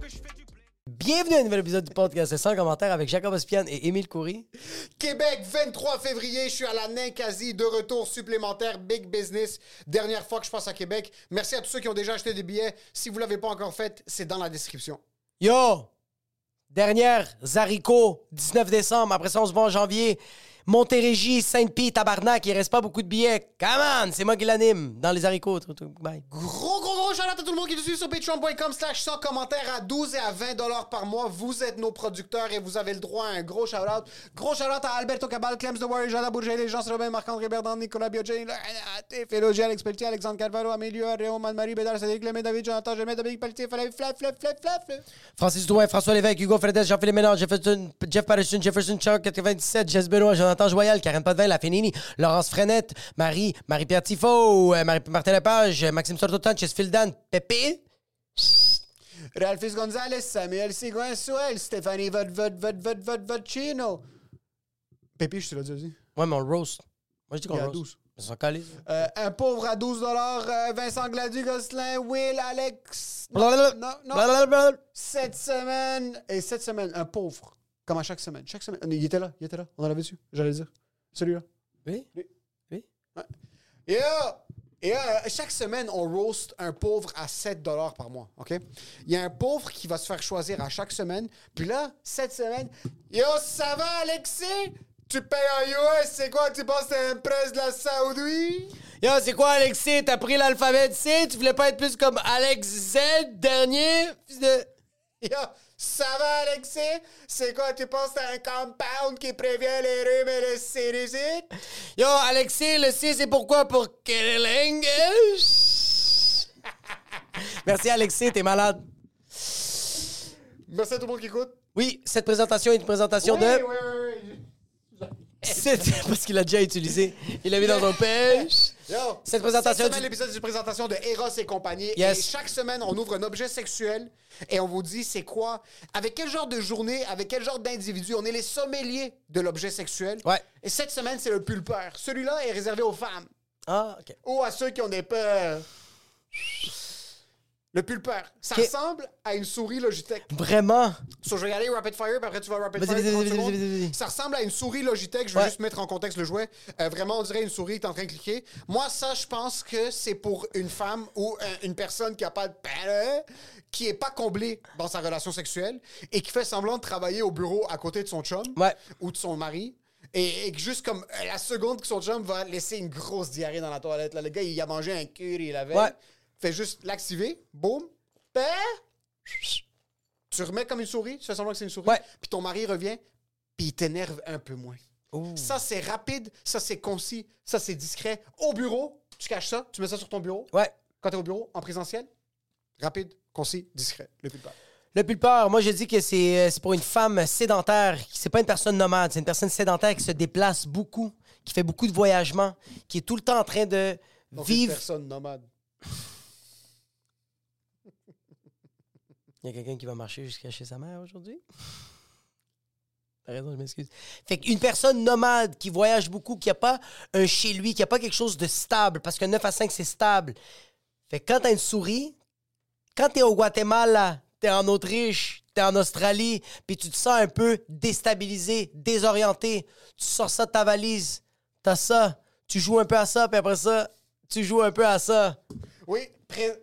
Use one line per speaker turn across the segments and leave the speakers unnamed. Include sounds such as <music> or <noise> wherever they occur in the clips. que je fais du blé.
Bienvenue à un nouvel épisode du podcast de 100 commentaires avec Jacob Ospian et Émile Coury.
Québec, 23 février, je suis à la Ninkasi, de retour supplémentaire, big business. Dernière fois que je passe à Québec. Merci à tous ceux qui ont déjà acheté des billets. Si vous ne l'avez pas encore fait, c'est dans la description.
Yo! Dernière, Zarico, 19 décembre. Après ça, on se voit en janvier. Montérégie, Sainte-Pie, Tabarnak. Il reste pas beaucoup de billets. Come on! C'est moi qui l'anime dans les haricots. Tout, tout, Bye.
Gros, gros, gros shout à tout le monde qui nous suit sur patreon.com slash 100 commentaires à 12 et à 20 dollars par mois. Vous êtes nos producteurs et vous avez le droit à un gros shout-out. Gros shout-out à Alberto Cabal, Clems de Warrior, Jada Bourgelet, Jean Robin, Marc-André Berdan, Nicolas Biogé, Félogie, Alex Pelletier, Alexandre Calvaro, Amélio, Réo, Marie Bédard, Cédric Lemay, David, Jonathan, Jemet, Dominique Pelletier, Flavie, Flav, Flav, Flav, Flav, Flav.
Francis Douin, François Lévesque, Hugo Fredes, Jean-Philippe Ménard, Jefferson, Jeff Patterson, Jefferson Chuck, 97, Jess Benoît, Jonathan Joyal, Karen Potvin, La Fénini, Laurence Frenette, Marie, Marie-Pierre Tifo, euh, Marie Martin Lepage, euh, Maxime Sortotan, Chesfield Dan, Pépé.
Ralphis Gonzalez, Samuel Sigouin, Suel, Stéphanie Vod, Vod, Vod, Vod, Vod, Vodchino. Pépi, je te l'ai déjà dit.
Ouais, mais on le roast. Moi, je dis qu'on
Il y a
roast.
12.
Ils sont collés.
Euh, un pauvre à 12 euh, Vincent Gladu, Gosselin, Will, Alex. Non, non, non.
Blablabla.
Cette semaine, et cette semaine, un pauvre. Comme à chaque semaine. Chaque semaine. Il était là, il était là. On en avait su, j'allais dire. Celui-là.
Oui?
Et euh, et, euh, chaque semaine, on roast un pauvre à 7 par mois. OK? Il y a un pauvre qui va se faire choisir à chaque semaine. Puis là, cette semaine, Yo, ça va, Alexis? Tu payes en US, c'est quoi? Tu penses que t'es un prince de la Saoudie?
Yo, c'est quoi, Alexis? T'as pris l'alphabet C? Tu voulais pas être plus comme Alex Z, dernier? fils de-
Yo, ça va, Alexis? C'est quoi, tu penses à un compound qui prévient les rhumes et les sinusites?
Yo, Alexis, le C, c'est pourquoi? Pour Killing. <laughs> Merci, Alexis, t'es malade.
Merci à tout le monde qui écoute.
Oui, cette présentation est une présentation
Oui,
de...
oui, oui, oui.
C'est- parce qu'il l'a déjà utilisé. Il l'a mis <laughs> dans son pêche.
Yo,
Cette présentation
Cette semaine,
du-
l'épisode d'une présentation de Eros et compagnie.
Yes.
Et chaque semaine, on ouvre un objet sexuel et on vous dit c'est quoi, avec quel genre de journée, avec quel genre d'individu. On est les sommeliers de l'objet sexuel.
Ouais.
Et cette semaine, c'est le pulpeur. Celui-là est réservé aux femmes
Ah, OK.
ou à ceux qui ont des peurs. Le pulpeur. Ça
Ok.
ressemble à une souris Logitech.
Vraiment?
So, je vais y aller rapid fire, puis après tu vas rapid
Vas-y,
fire.
vas-y,
30
vas-y,
secondes.
vas-y, vas-y.
Ça ressemble à une souris Logitech. Je vais
Ouais.
juste mettre en contexte le jouet. Euh, vraiment, on dirait une souris que t'es en train de cliquer. Moi, ça, je pense que c'est pour une femme ou euh, une personne qui a pas de parents, qui est pas comblée dans sa relation sexuelle et qui fait semblant de travailler au bureau à côté de son chum
Ouais.
ou de son mari. Et, et que juste comme euh, la seconde que son chum va laisser une grosse diarrhée dans la toilette, là, le gars, il a mangé un curry la veille.
Ouais.
Fait juste l'activer, boum, paix. Tu remets comme une souris, tu fais semblant que c'est une souris.
Ouais.
Puis ton mari revient, puis il t'énerve un peu moins. Ça, c'est rapide, ça, c'est concis, ça, c'est discret. Au bureau, tu caches ça, tu mets ça sur ton bureau.
Ouais.
Quand t'es au bureau, en présentiel, rapide, concis, discret. Le plus de peur.
Le pulpeur, moi, je dis que c'est euh, c'est pour une femme sédentaire. qui- C'est pas une personne nomade. C'est une personne sédentaire qui se déplace beaucoup, qui fait beaucoup de voyagements, qui est tout le temps en train de
Donc, une
vivre.
personne nomade.
Il y a quelqu'un qui va marcher jusqu'à chez sa mère aujourd'hui? <laughs> T'as raison, je m'excuse. Fait qu'une personne nomade qui voyage beaucoup, qui a pas un chez lui, qui a pas quelque chose de stable, parce que 9 à 5, c'est stable. Fait que quand t'as une souris, quand t'es au Guatemala, t'es en Autriche, t'es en Australie, puis tu te sens un peu déstabilisé, désorienté, tu sors ça de ta valise, t'as ça, tu joues un peu à ça, puis après ça, tu joues un peu à ça.
Oui, pré-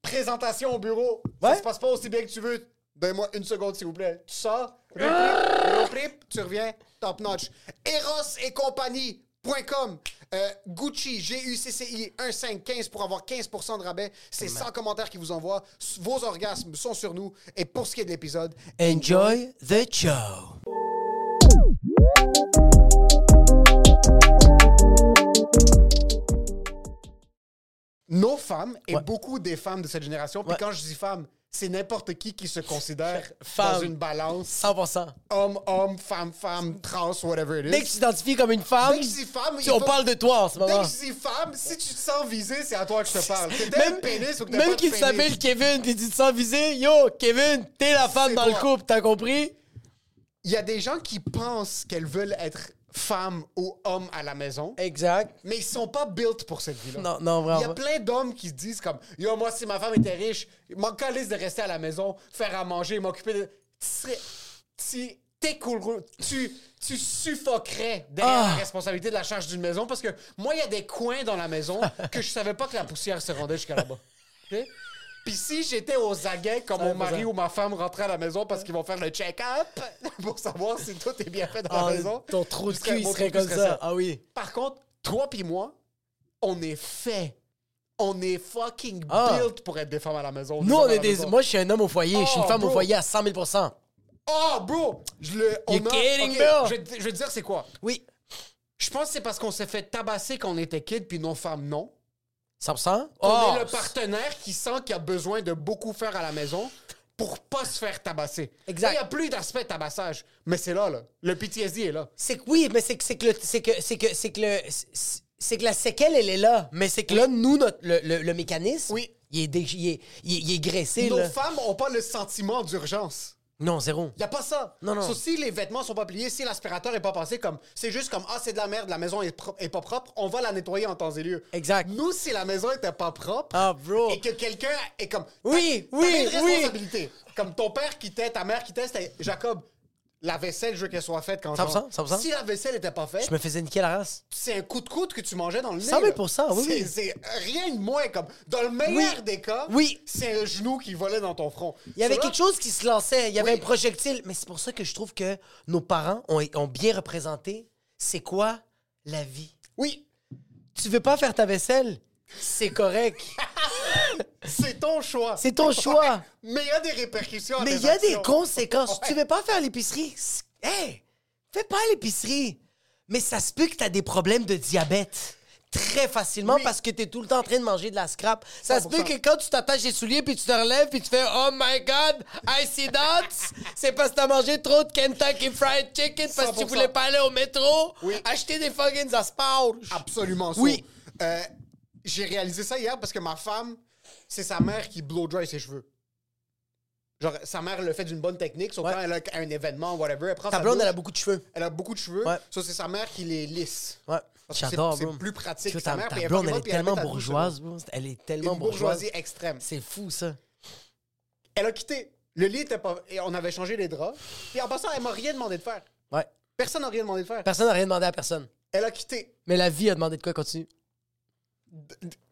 présentation au bureau.
Ouais.
Ça se passe pas aussi bien que tu veux. Donne-moi une seconde, s'il vous plaît. Tu sors, reprip, reprip, tu reviens, top notch. Eros et compagnie.com. Euh, Gucci, G-U-C-C-I 1515 pour avoir 15% de rabais. C'est 100 commentaires qui vous envoient. S- Vos orgasmes sont sur nous. Et pour ce qui est de l'épisode,
Enjoy the show.
nos femmes et
Ouais.
beaucoup des femmes de cette génération, puis
Ouais.
quand je dis femmes, c'est n'importe qui qui se considère dans
Femme.
une balance
100%.
homme, homme, femme, femme, trans, whatever it is.
Dès que tu t'identifies comme une femme,
Dès que je dis femme,
tu-
il
on
va-
parle de toi en ce
Dès
moment.
que je dis femme, si tu te sens visé, c'est à toi que je te parle. T'es un
Même,
pénis ou que t'as pas
même
de
qu'il
pénis.
s'appelle Kevin, puis tu te sens visé, yo, Kevin, t'es la femme
C'est
dans le
toi.
couple, t'as compris?
Il y a des gens qui pensent qu'elles veulent être femme ou homme à la maison,
Exact.
mais ils sont pas built pour cette vie-là.
Non, non,
Il y a
vraiment.
plein d'hommes qui se disent comme Yo, moi, si ma femme était riche, m'en calisse de rester à la maison, faire à manger, m'occuper de. Tu serais. Tu t'écroulerais- tu, tu suffoquerais derrière
Ah.
la responsabilité de la charge d'une maison parce que moi, il y a des coins dans
<laughs>
la maison que je savais pas que la poussière se rendait jusqu'à là-bas. Ok? Puis si j'étais aux aguets quand mon
pas
mari
ça.
ou ma femme rentrait à la maison parce qu'ils vont faire le check-up <laughs> pour savoir si tout est bien fait dans
Ah,
la maison.
ton trou de
jusqu'à-
cul, il
mon
serait
trou de
comme
cul
ça. Ah oui.
par contre, toi puis moi, on est fait. On est fucking
Ah.
built pour être des femmes à la maison.
Nous, on
hommes à
est
la
des.
maison.
Moi, je suis un homme au foyer, je suis une
Oh,
femme au
bro.
foyer à 100 000
Oh, bro! Je le. On
You're
a-
kidding,
ok,
bro.
Je, vais te- je vais te dire, c'est quoi?
Oui.
Je pense que c'est parce qu'on s'est fait tabasser quand on était kid, puis nos femmes, non.
100
On
Oh,
est le partenaire qui sent qu'il a besoin de beaucoup faire à la maison pour pas se faire tabasser.
Exact.
Et Il n'y a plus d'aspect tabassage. Mais c'est là, là. Le PTSD est là.
C'est que oui, mais c'est que c'est que le- c'est que c'est que c'est que le- c'est- c'est que la séquelle elle est là, mais c'est que là nous notre le, le- le mécanisme,
Oui.
il est dé- il est, il est- il est graissé
Nos
là.
femmes ont pas le sentiment d'urgence.
Non zéro.
Il a pas ça.
Non, non.
So, si les vêtements sont pas pliés, si l'aspirateur est pas passé, comme c'est juste comme ah c'est de la merde, la maison est, pro- est pas propre, on va la nettoyer en temps et lieu.
Exact.
Nous si la maison était pas propre
Ah, bro.
et que quelqu'un est comme
Oui,
t'as-
oui,
t'avais une
oui.
responsabilité. Comme ton père quittait, ta mère quittait, c'était Jacob. La vaisselle, je veux qu'elle soit faite quand
100%,
je rentre.
100%.
Si la vaisselle était pas faite,
Je me faisais niquer la race.
c'est un coup de coude que tu mangeais dans le nez.
100 000
là.
oui, oui.
C'est c'est rien de moins comme dans le meilleur
Oui.
des cas.
Oui.
C'est un genou qui volait dans ton front.
Il y avait
So, là,
quelque chose qui se lançait, il y avait
Oui.
un projectile, mais c'est pour ça que je trouve que nos parents ont, ont bien représenté c'est quoi la vie.
Oui.
Tu veux pas faire ta vaisselle, c'est correct.
C'est ton choix.
C'est ton choix.
<laughs> Mais il y a des répercussions. à
Mais
tes
il y a des
actions. <laughs>
conséquences.
Ouais.
Tu veux pas faire l'épicerie? c'est- Hey, fais pas l'épicerie. Mais ça se peut que tu as des problèmes de diabète très facilement parce que tu es tout le temps en train de manger de la scrap. Ça se peut
100%.
que quand tu t'attaches les souliers puis tu te relèves puis tu fais Oh my God, I see dots, c'est parce que t'as mangé trop de Kentucky Fried Chicken parce que tu
100%.
voulais pas aller au métro,
Oui. Ah,
acheter des fucking asparges.
Absolument. ça.
Oui.
Euh, J'ai réalisé ça hier parce que ma femme, c'est sa mère qui blow dry ses cheveux. Genre, sa mère le fait d'une bonne technique, sauf
Ouais.
quand elle a un événement, whatever. Elle prend
Ta
sa
blonde,
douche,
elle a beaucoup de cheveux.
elle a beaucoup de cheveux.
Ouais.
Ça, c'est sa mère qui les lisse.
Ouais.
Parce que
J'adore,
c'est-
bro.
c'est plus pratique
Tu vois,
que sa
ta-
mère, puis
Ta
elle
blonde,
fait
elle
pas,
est
puis elle
tellement
met ta douche,
bourgeoise, bro. Elle est
Une
tellement bourgeoise.
bourgeoisie extrême.
C'est fou, ça.
Elle a quitté. Le lit était pas. Et on avait changé les draps. Puis en passant, elle m'a rien demandé de faire.
Ouais.
Personne n'a rien demandé de faire.
Personne n'a rien demandé à personne.
Elle a quitté.
Mais la vie a demandé de quoi continue.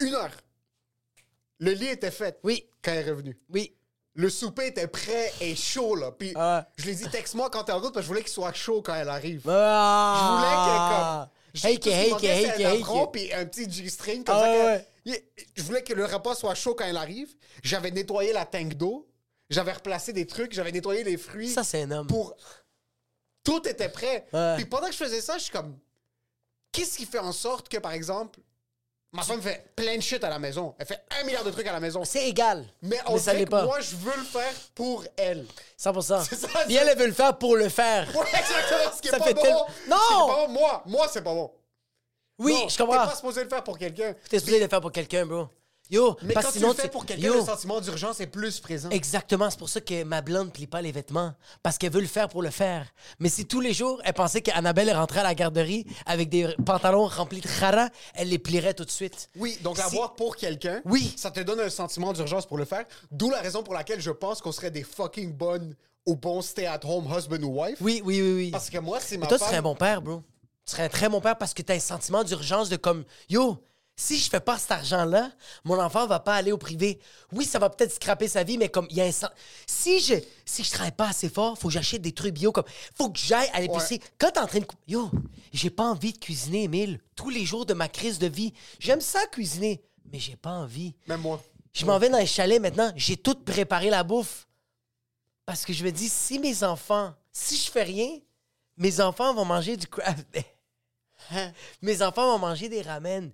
Une heure. Le lit était fait.
Oui.
Quand elle est revenue.
Oui.
Le souper était prêt et chaud, là. Puis
Ah.
je lui ai dit, texte-moi quand t'es en route, parce que je voulais qu'il soit chaud quand elle arrive.
Ah.
Je voulais que, comme.
Hey, que, hey, que, hey, que, hey,
un apron,
que.
puis un petit G-string, comme
Ah,
ça. qu'elle-
ouais,
Il- Je voulais que le repas soit chaud quand elle arrive. J'avais nettoyé la tank d'eau. J'avais replacé des trucs. J'avais nettoyé les fruits.
Ça, c'est un homme.
Pour. Tout était prêt.
Ouais.
Puis pendant que je faisais ça, je suis comme. Qu'est-ce qui fait en sorte que, par exemple, ma femme fait plein de shit à la maison. Elle fait un milliard de trucs à la maison.
C'est égal.
Mais on
ça
dirait
l'est
que
pas.
moi, je veux le faire pour elle. <laughs>
100%.
C'est ça,
Puis
c'est-
elle, elle veut le faire pour le faire.
Ouais, exactement, ce qui est
Ça
pas
fait
bon.
tel-
Ce qui est
Non!
pas bon, moi, moi, c'est pas bon.
Oui,
Non,
je comprends.
T'es pas supposé le faire pour quelqu'un.
T'es supposé le faire pour quelqu'un, bro. Yo,
Mais
parce
quand
que Bah,
tu
sinon,
le fais pour quelqu'un,
yo,
le sentiment d'urgence est plus présent.
Exactement, c'est pour ça que ma blonde plie pas les vêtements, parce qu'elle veut le faire pour le faire. Mais si tous les jours, elle pensait qu'Annabelle rentrait à la garderie avec des pantalons remplis de khara, elle les plierait tout de suite.
Oui, donc
Si-
l'avoir pour quelqu'un,
Oui.
ça te donne un sentiment d'urgence pour le faire. D'où la raison pour laquelle je pense qu'on serait des fucking bonnes au bon stay-at-home husband ou wife.
Oui, oui, oui, oui.
Parce que moi, c'est ma
Mais toi, tu
femme-
serais un bon père, bro. Tu serais un très bon père parce que t'as un sentiment d'urgence de comme, yo, si je fais pas cet argent-là, mon enfant va pas aller au privé. Oui, ça va peut-être scraper sa vie, mais comme, il y a un sen- Si je, si je travaille pas assez fort, faut que j'achète des trucs bio, comme, faut que j'aille à l'épicerie. Quand t'es en train de. cou- Yo, j'ai pas envie de cuisiner, Emile, tous les jours de ma crise de vie. J'aime ça cuisiner, mais j'ai pas envie.
Même moi.
Je m'en vais dans les chalets maintenant. J'ai tout préparé la bouffe. Parce que je me dis, si mes enfants, si je fais rien, mes enfants vont manger du <laughs> craft.
Hein?
mes enfants vont manger des ramen.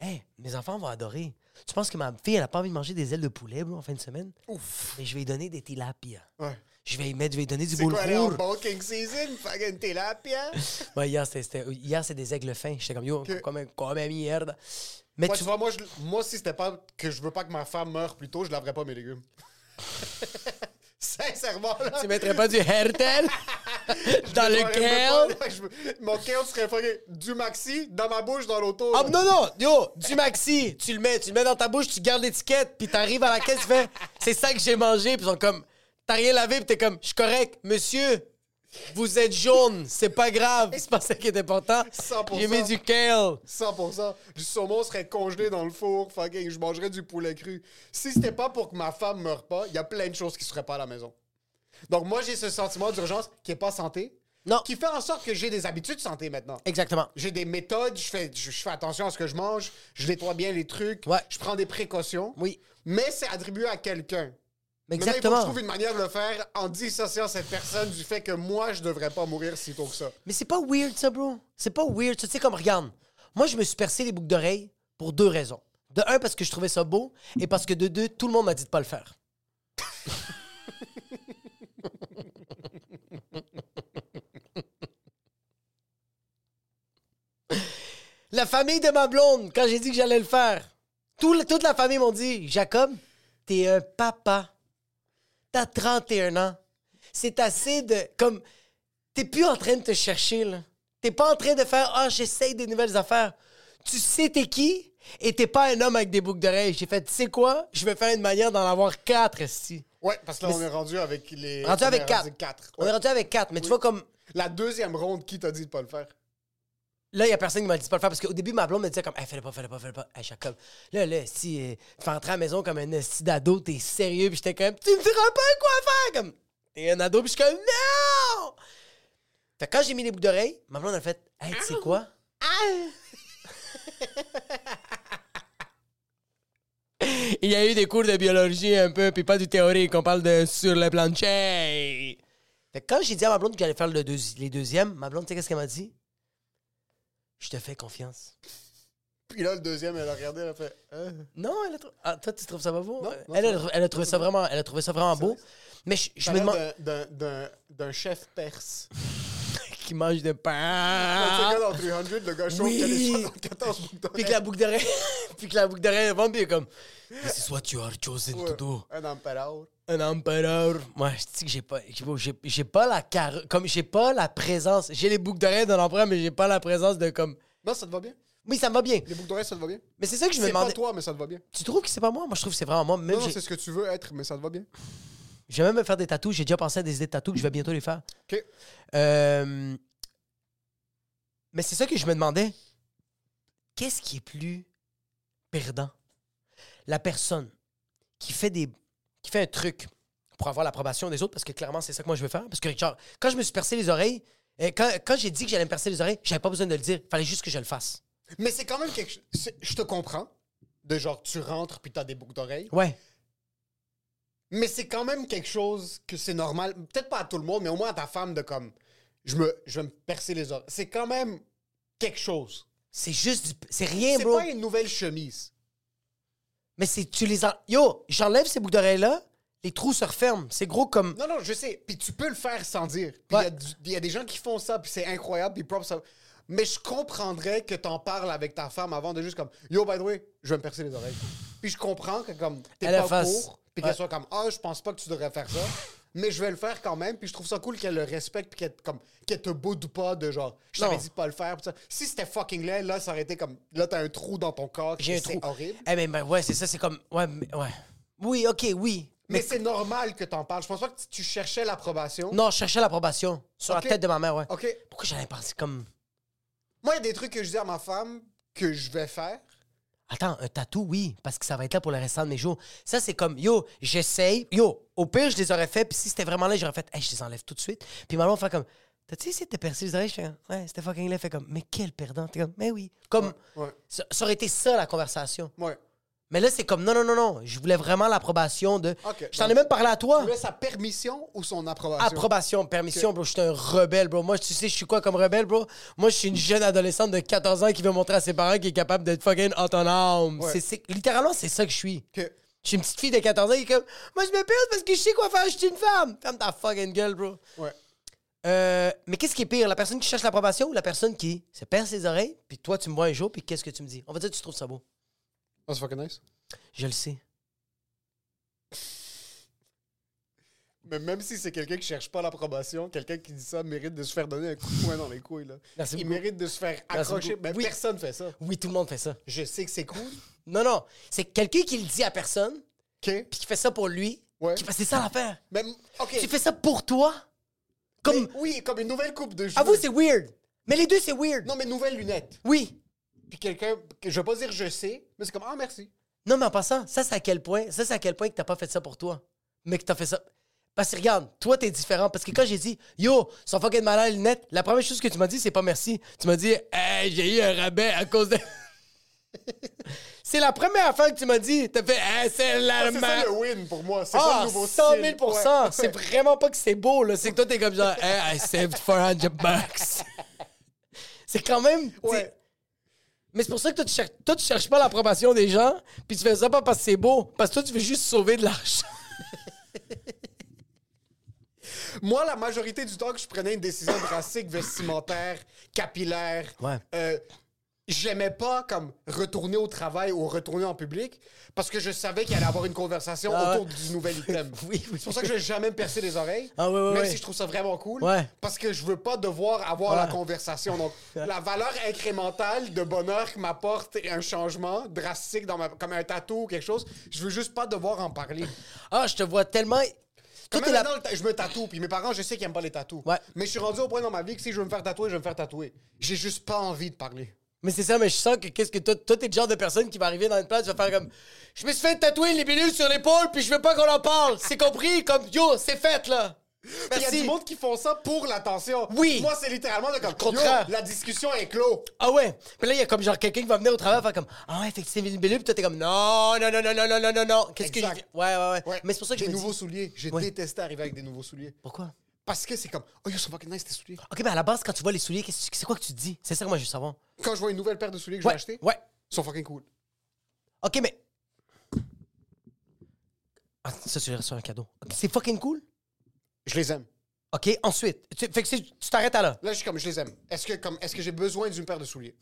Hey, mes enfants vont adorer. Tu penses que ma fille, elle a pas envie de manger des ailes de poulet bro, en fin de semaine? Ouf. Mais je vais lui donner des tilapias.
Ouais.
Je vais, y mettre, je vais lui donner du
C'est
boule
quoi, aller en
roux.
bulking season? Fucking tilapia?
Ouais, hier, c'était- c'était- hier, c'est des aigles fins. J'étais comme, yo, comme, un- comme un merde. Mais
Moi,
tu
tu vois, moi, je- moi si c'était pas que je veux pas que ma femme meure plus tôt, je laverais pas mes légumes. <laughs> Sincèrement, là.
tu mettrais pas du Hertel dans
<laughs> je
le
ferais
kale?
même pas- je- Mon kale serait fucking du maxi dans ma bouche, dans l'auto.
Ah non, non, yo, du maxi, tu le mets, tu le mets dans ta bouche, tu gardes l'étiquette, puis t'arrives à la caisse, tu fais, c'est ça que j'ai mangé, puis ils sont comme, t'as rien lavé, puis t'es comme, je suis correct, monsieur, vous êtes jaune, c'est pas grave, c'est pas ça qui est important,
100%.
j'ai mis du kale.
100%. Du saumon serait congelé dans le four. Fucking, je mangerais du poulet cru. Si c'était pas pour que ma femme meure pas, il y a plein de choses qui seraient pas à la maison. Donc moi, j'ai ce sentiment d'urgence qui est pas santé.
Non.
Qui fait en sorte que j'ai des habitudes santé maintenant.
Exactement.
J'ai des méthodes, je fais, je, je fais attention à ce que je mange, je nettoie bien les trucs,
Ouais.
je prends des précautions.
Oui.
Mais c'est attribué à quelqu'un. Maintenant, il faut que je
Exactement.
trouve une manière de le faire en dissociant cette personne du fait que moi, je devrais pas mourir si tôt que ça.
Mais c'est pas weird, ça, bro. C'est pas weird. ça. Tu sais, comme, regarde, moi, je me suis percé les boucles d'oreilles pour deux raisons. De un, parce que je trouvais ça beau, et parce que de deux, tout le monde m'a dit de pas le faire. <laughs> La famille de ma blonde, quand j'ai dit que j'allais le faire, tout le- toute la famille m'ont dit Jacob, t'es un papa. T'as 31 ans. C'est assez de. Comme. T'es plus en train de te chercher, là. T'es pas en train de faire Ah, j'essaye des nouvelles affaires. Tu sais t'es qui et t'es pas un homme avec des boucles d'oreilles. J'ai fait, tu sais quoi? Je vais faire une manière d'en avoir quatre, esti.
Ouais, parce que là,
Mais
on
c'est-
est rendu avec les.
Rendu
on est
avec quatre. On
Ouais.
est rendu avec quatre, mais tu vois, comme.
La deuxième ronde, qui t'a dit de pas le faire?
Là, il y a personne qui m'a dit de pas le faire parce qu'au début, ma blonde me disait comme, hey, fais-le pas, fais-le pas, fais-le pas. Hey, Jacob, là, là, si euh, tu fais rentrer à la maison comme un esti d'ado, t'es sérieux, puis j'étais comme, tu me diras pas quoi faire, comme, t'es un ado, puis je suis comme, non! Fait que quand j'ai mis les boucles d'oreilles, ma blonde a fait, hey, tu sais quoi? <laughs> Il y a eu des cours de biologie un peu, puis pas du théorique, on parle de sur le plancher. Fait que quand j'ai dit à ma blonde que j'allais faire le deuxi- les deuxièmes, ma blonde, tu sais qu'est-ce qu'elle m'a dit? Je te fais confiance.
Puis là, le deuxième, elle a regardé, elle a fait. Hein?
Non, elle a trou- Ah, toi, tu trouves ça pas beau? Euh,
Non, non,
elle,
c'est
a,
vrai.
elle a trouvé ça vraiment, elle a trouvé ça vraiment beau. Mais je, je
T'as
me
l'air
demande...
d'un- d'un- d'un- D'un chef perse. euh,
<laughs> Qui mange de
Tu sais,
pain.
quand dans 300, le gars
Ah.
chaud
Oui.
qui a les 74 boucles
Puis
d'oreilles.
que la boucle d'oreille... <laughs> puis que la boucle d'oreille est vendue, comme... This is what you are chosen to do.
Un empereur.
un empereur. Moi, je dis que j'ai pas, j'ai pas- j'ai- j'ai pas la car- comme j'ai pas la présence. J'ai les boucles d'oreilles d'un empereur, mais j'ai pas la présence de comme.
Non, ça te va bien.
Oui, ça me va bien.
Les boucles d'oreilles, ça te va bien.
Mais c'est ça que je me
C'est pas
demandais.
toi, mais ça te va bien.
Tu trouves que c'est pas moi Moi, je trouve que c'est vraiment moi. Même
Non, non,
j'ai-
c'est ce que tu veux être, mais ça te va bien.
je vais même me faire des tatous. J'ai déjà pensé à des idées de tatous que je vais bientôt les faire.
OK.
Euh, Mais c'est ça que je me demandais. Qu'est-ce qui est plus perdant? La personne qui fait des qui fait un truc pour avoir l'approbation des autres, parce que clairement, c'est ça que moi je veux faire. Parce que, genre, quand je me suis percé les oreilles, euh, quand, quand j'ai dit que j'allais me percer les oreilles, j'avais pas besoin de le dire. fallait juste que je le fasse.
Mais c'est quand même quelque chose. c'est- Je te comprends. De genre, tu rentres puis t'as des boucles d'oreilles.
Ouais.
Mais c'est quand même quelque chose que c'est normal. Peut-être pas à tout le monde, mais au moins à ta femme de comme. Je, me, je vais me percer les oreilles. C'est quand même quelque chose.
C'est juste. du- C'est rien,
C'est
bro.
pas une nouvelle chemise.
Mais c'est. Tu les en- Yo, j'enlève ces boucles d'oreilles-là, les trous se referment. C'est gros comme.
Non, non, je sais. Puis tu peux le faire sans dire. Puis il y a
Ouais.
du- il y, a des gens qui font ça, puis c'est incroyable, puis props. à- Mais je comprendrais que t'en parles avec ta femme avant de juste comme Yo, by the way, je vais me percer les oreilles. Puis je comprends que comme t'es
Elle
pas
le fasse.
pour, puis qu'elle
Ouais.
soit comme ah je pense pas que tu devrais faire ça, mais je vais le faire quand même. Puis je trouve ça cool qu'elle le respecte puis qu'elle comme qu'elle te boude pas de genre je t'avais
Non.
dit de pas le faire. Puis ça. Si c'était fucking laid, là ça aurait été comme là t'as un trou dans ton corps.
J'ai
et
un trou.
C'est horrible.
Eh ben, ben, ouais, c'est ça, c'est comme. Ouais, mais- ouais. Oui, ok, oui.
Mais, c'est normal que t'en parles. Je pense pas que tu- tu cherchais l'approbation.
Non, je cherchais l'approbation sur
Ok.
la tête de ma mère, ouais.
Ok.
Pourquoi j'en ai pensé comme.
Moi, il y a des trucs que je dis à ma femme que je vais faire.
Attends, un tatou, oui, parce que ça va être là pour le restant de mes jours. Ça, c'est comme, yo, j'essaye. Yo, au pire, je les aurais fait, puis si c'était vraiment là, j'aurais fait, hey, je les enlève tout de suite. Puis maman fait comme, t'as-tu essayé de te percer les oreilles? Je fais, comme, ouais, c'était fucking là. Elle fait comme, mais quel perdant. T'es comme, mais oui. Comme,
Ouais, ouais.
Ça, ça aurait été ça, la conversation.
Ouais.
Mais là, c'est comme, non, non, non, non, je voulais vraiment l'approbation de.
Ok,
je t'en ai
donc,
même parlé à toi.
Tu veux sa permission ou son approbation?
Approbation, permission, bro. Je suis un rebelle, bro. Moi, tu sais, je suis quoi comme rebelle, bro? Moi, je suis une jeune adolescente de 14 ans qui veut montrer à ses parents qu'elle est capable d'être fucking autonome.
Ouais.
C'est- c'est- littéralement, c'est ça que je suis.
Ok.
Je suis une petite fille de 14 ans qui est comme, moi, je me perds parce que je sais quoi faire, je suis une femme. Ferme ta fucking gueule, bro.
Ouais.
Euh, mais qu'est-ce qui est pire, la personne qui cherche l'approbation ou la personne qui se perce les oreilles, puis toi, tu me vois un jour, puis qu'est-ce que tu me dis? On va dire, tu trouves ça beau.
Oh, c'est fucking nice.
Je le sais.
Mais même si c'est quelqu'un qui cherche pas l'approbation, quelqu'un qui dit ça mérite de se faire donner un coup de poing dans les couilles. Là.
Merci
Il
beaucoup.
mérite de se faire
Merci
accrocher.
beaucoup.
Mais
Oui.
personne fait ça.
Oui, tout le monde fait ça.
Je sais que c'est cool.
Non, non. C'est quelqu'un qui le dit à personne,
OK?
puis qui fait ça pour lui,
Ouais.
qui fait c'est ça l'affaire.
Mais, OK.
Tu fais ça pour toi? Comme.
Mais oui, comme une nouvelle coupe de cheveux.
À vous, c'est weird. Mais les deux, c'est weird.
Non, mais nouvelle lunette.
Oui.
Puis quelqu'un, que je vais pas dire je sais, mais c'est comme, ah, merci.
Non, mais en passant, ça, c'est à quel point, ça, c'est à quel point que t'as pas fait ça pour toi. Mais que t'as fait ça. Parce que regarde, toi, t'es différent. Parce que quand j'ai dit, yo, son fucking malade les lunettes, la première chose que tu m'as dit, c'est pas merci. Tu m'as dit, hey, j'ai eu un rabais à cause de. <laughs> c'est la première affaire que tu m'as dit. T'as fait, hey, c'est la
Ah, c'est ça
merde.
le win pour moi. C'est pas
Ah,
le nouveau
100
style.
000
Ouais.
C'est vraiment pas que c'est beau, là. C'est que toi, t'es comme genre, hey, I saved 400 bucks. <laughs> c'est quand même. t'sais-
Ouais.
Mais c'est pour ça que toi, tu cherches, toi, tu cherches pas l'approbation des gens, puis tu fais ça pas parce que c'est beau, parce que toi, tu veux juste sauver de l'argent. <laughs>
Moi, la majorité du temps que je prenais une décision drastique, vestimentaire, capillaire,
Ouais.
euh, j'aimais pas comme retourner au travail ou retourner en public parce que je savais qu'il allait avoir une conversation
Ah ouais.
autour
<laughs>
du nouvel item.
Oui, oui.
C'est pour ça que je vais jamais me percer les oreilles,
Ah ouais, ouais,
même
ouais.
si je trouve ça vraiment cool,
Ouais.
parce que je veux pas devoir avoir la
Ouais. <laughs>
conversation. Donc, la valeur incrémentale de bonheur que m'apporte un changement drastique dans ma, comme un tatou ou quelque chose, je veux juste pas devoir en parler.
Ah, je te vois tellement. Toi,
Comme
t'es la-
maintenant, le ta- je me tatoue, puis mes parents, je sais qu'ils aiment pas les tatous.
Ouais.
Mais je suis rendu au point dans ma vie que si je veux me faire tatouer, je vais me faire tatouer. J'ai juste pas envie de parler.
Mais c'est ça, mais je sens que qu'est-ce que toi, toi, t'es le genre de personne qui va arriver dans une place, tu vas faire comme. Je me suis fait tatouer les bidules sur l'épaule, puis je veux pas qu'on en parle. C'est compris, comme yo, c'est fait, là.
Il y a
Merci.
du monde qui font ça pour l'attention.
Oui.
Moi, c'est littéralement de comme.
contraire.
Yo, la discussion est clos.
Ah ouais? Puis là, il y a comme genre quelqu'un qui va venir au travail faire comme Ah ouais, fait que c'est une billule, puis toi t'es comme Non, non, non, non, non, non, non, non, non. Qu'est-ce que j'ai
Exact.
fait? Ouais, ouais, ouais,
Ouais.
Mais c'est pour ça que
Des
je me
nouveaux
dis,
souliers. J'ai
Ouais.
détesté arriver avec des nouveaux souliers.
Pourquoi?
Parce que c'est comme. Oh, yo, c'est fucking nice tes souliers.
Ok, mais à la base, quand tu vois les souliers, qu'est-ce que- c'est quoi que tu te dis? C'est ça que moi je veux savoir.
Quand je vois une nouvelle paire de souliers que je
Ouais.
vais acheter,
Ouais.
ils sont fucking cool.
Ok, mais. Ah, ça, tu l'as reçu un cadeau. Ok, C'est fucking cool.
Je les aime.
Ok, ensuite. Tu, fait que c'est- tu t'arrêtes à là.
Là, je suis comme, je les aime. Est-ce que, comme, est-ce que j'ai besoin d'une paire de souliers?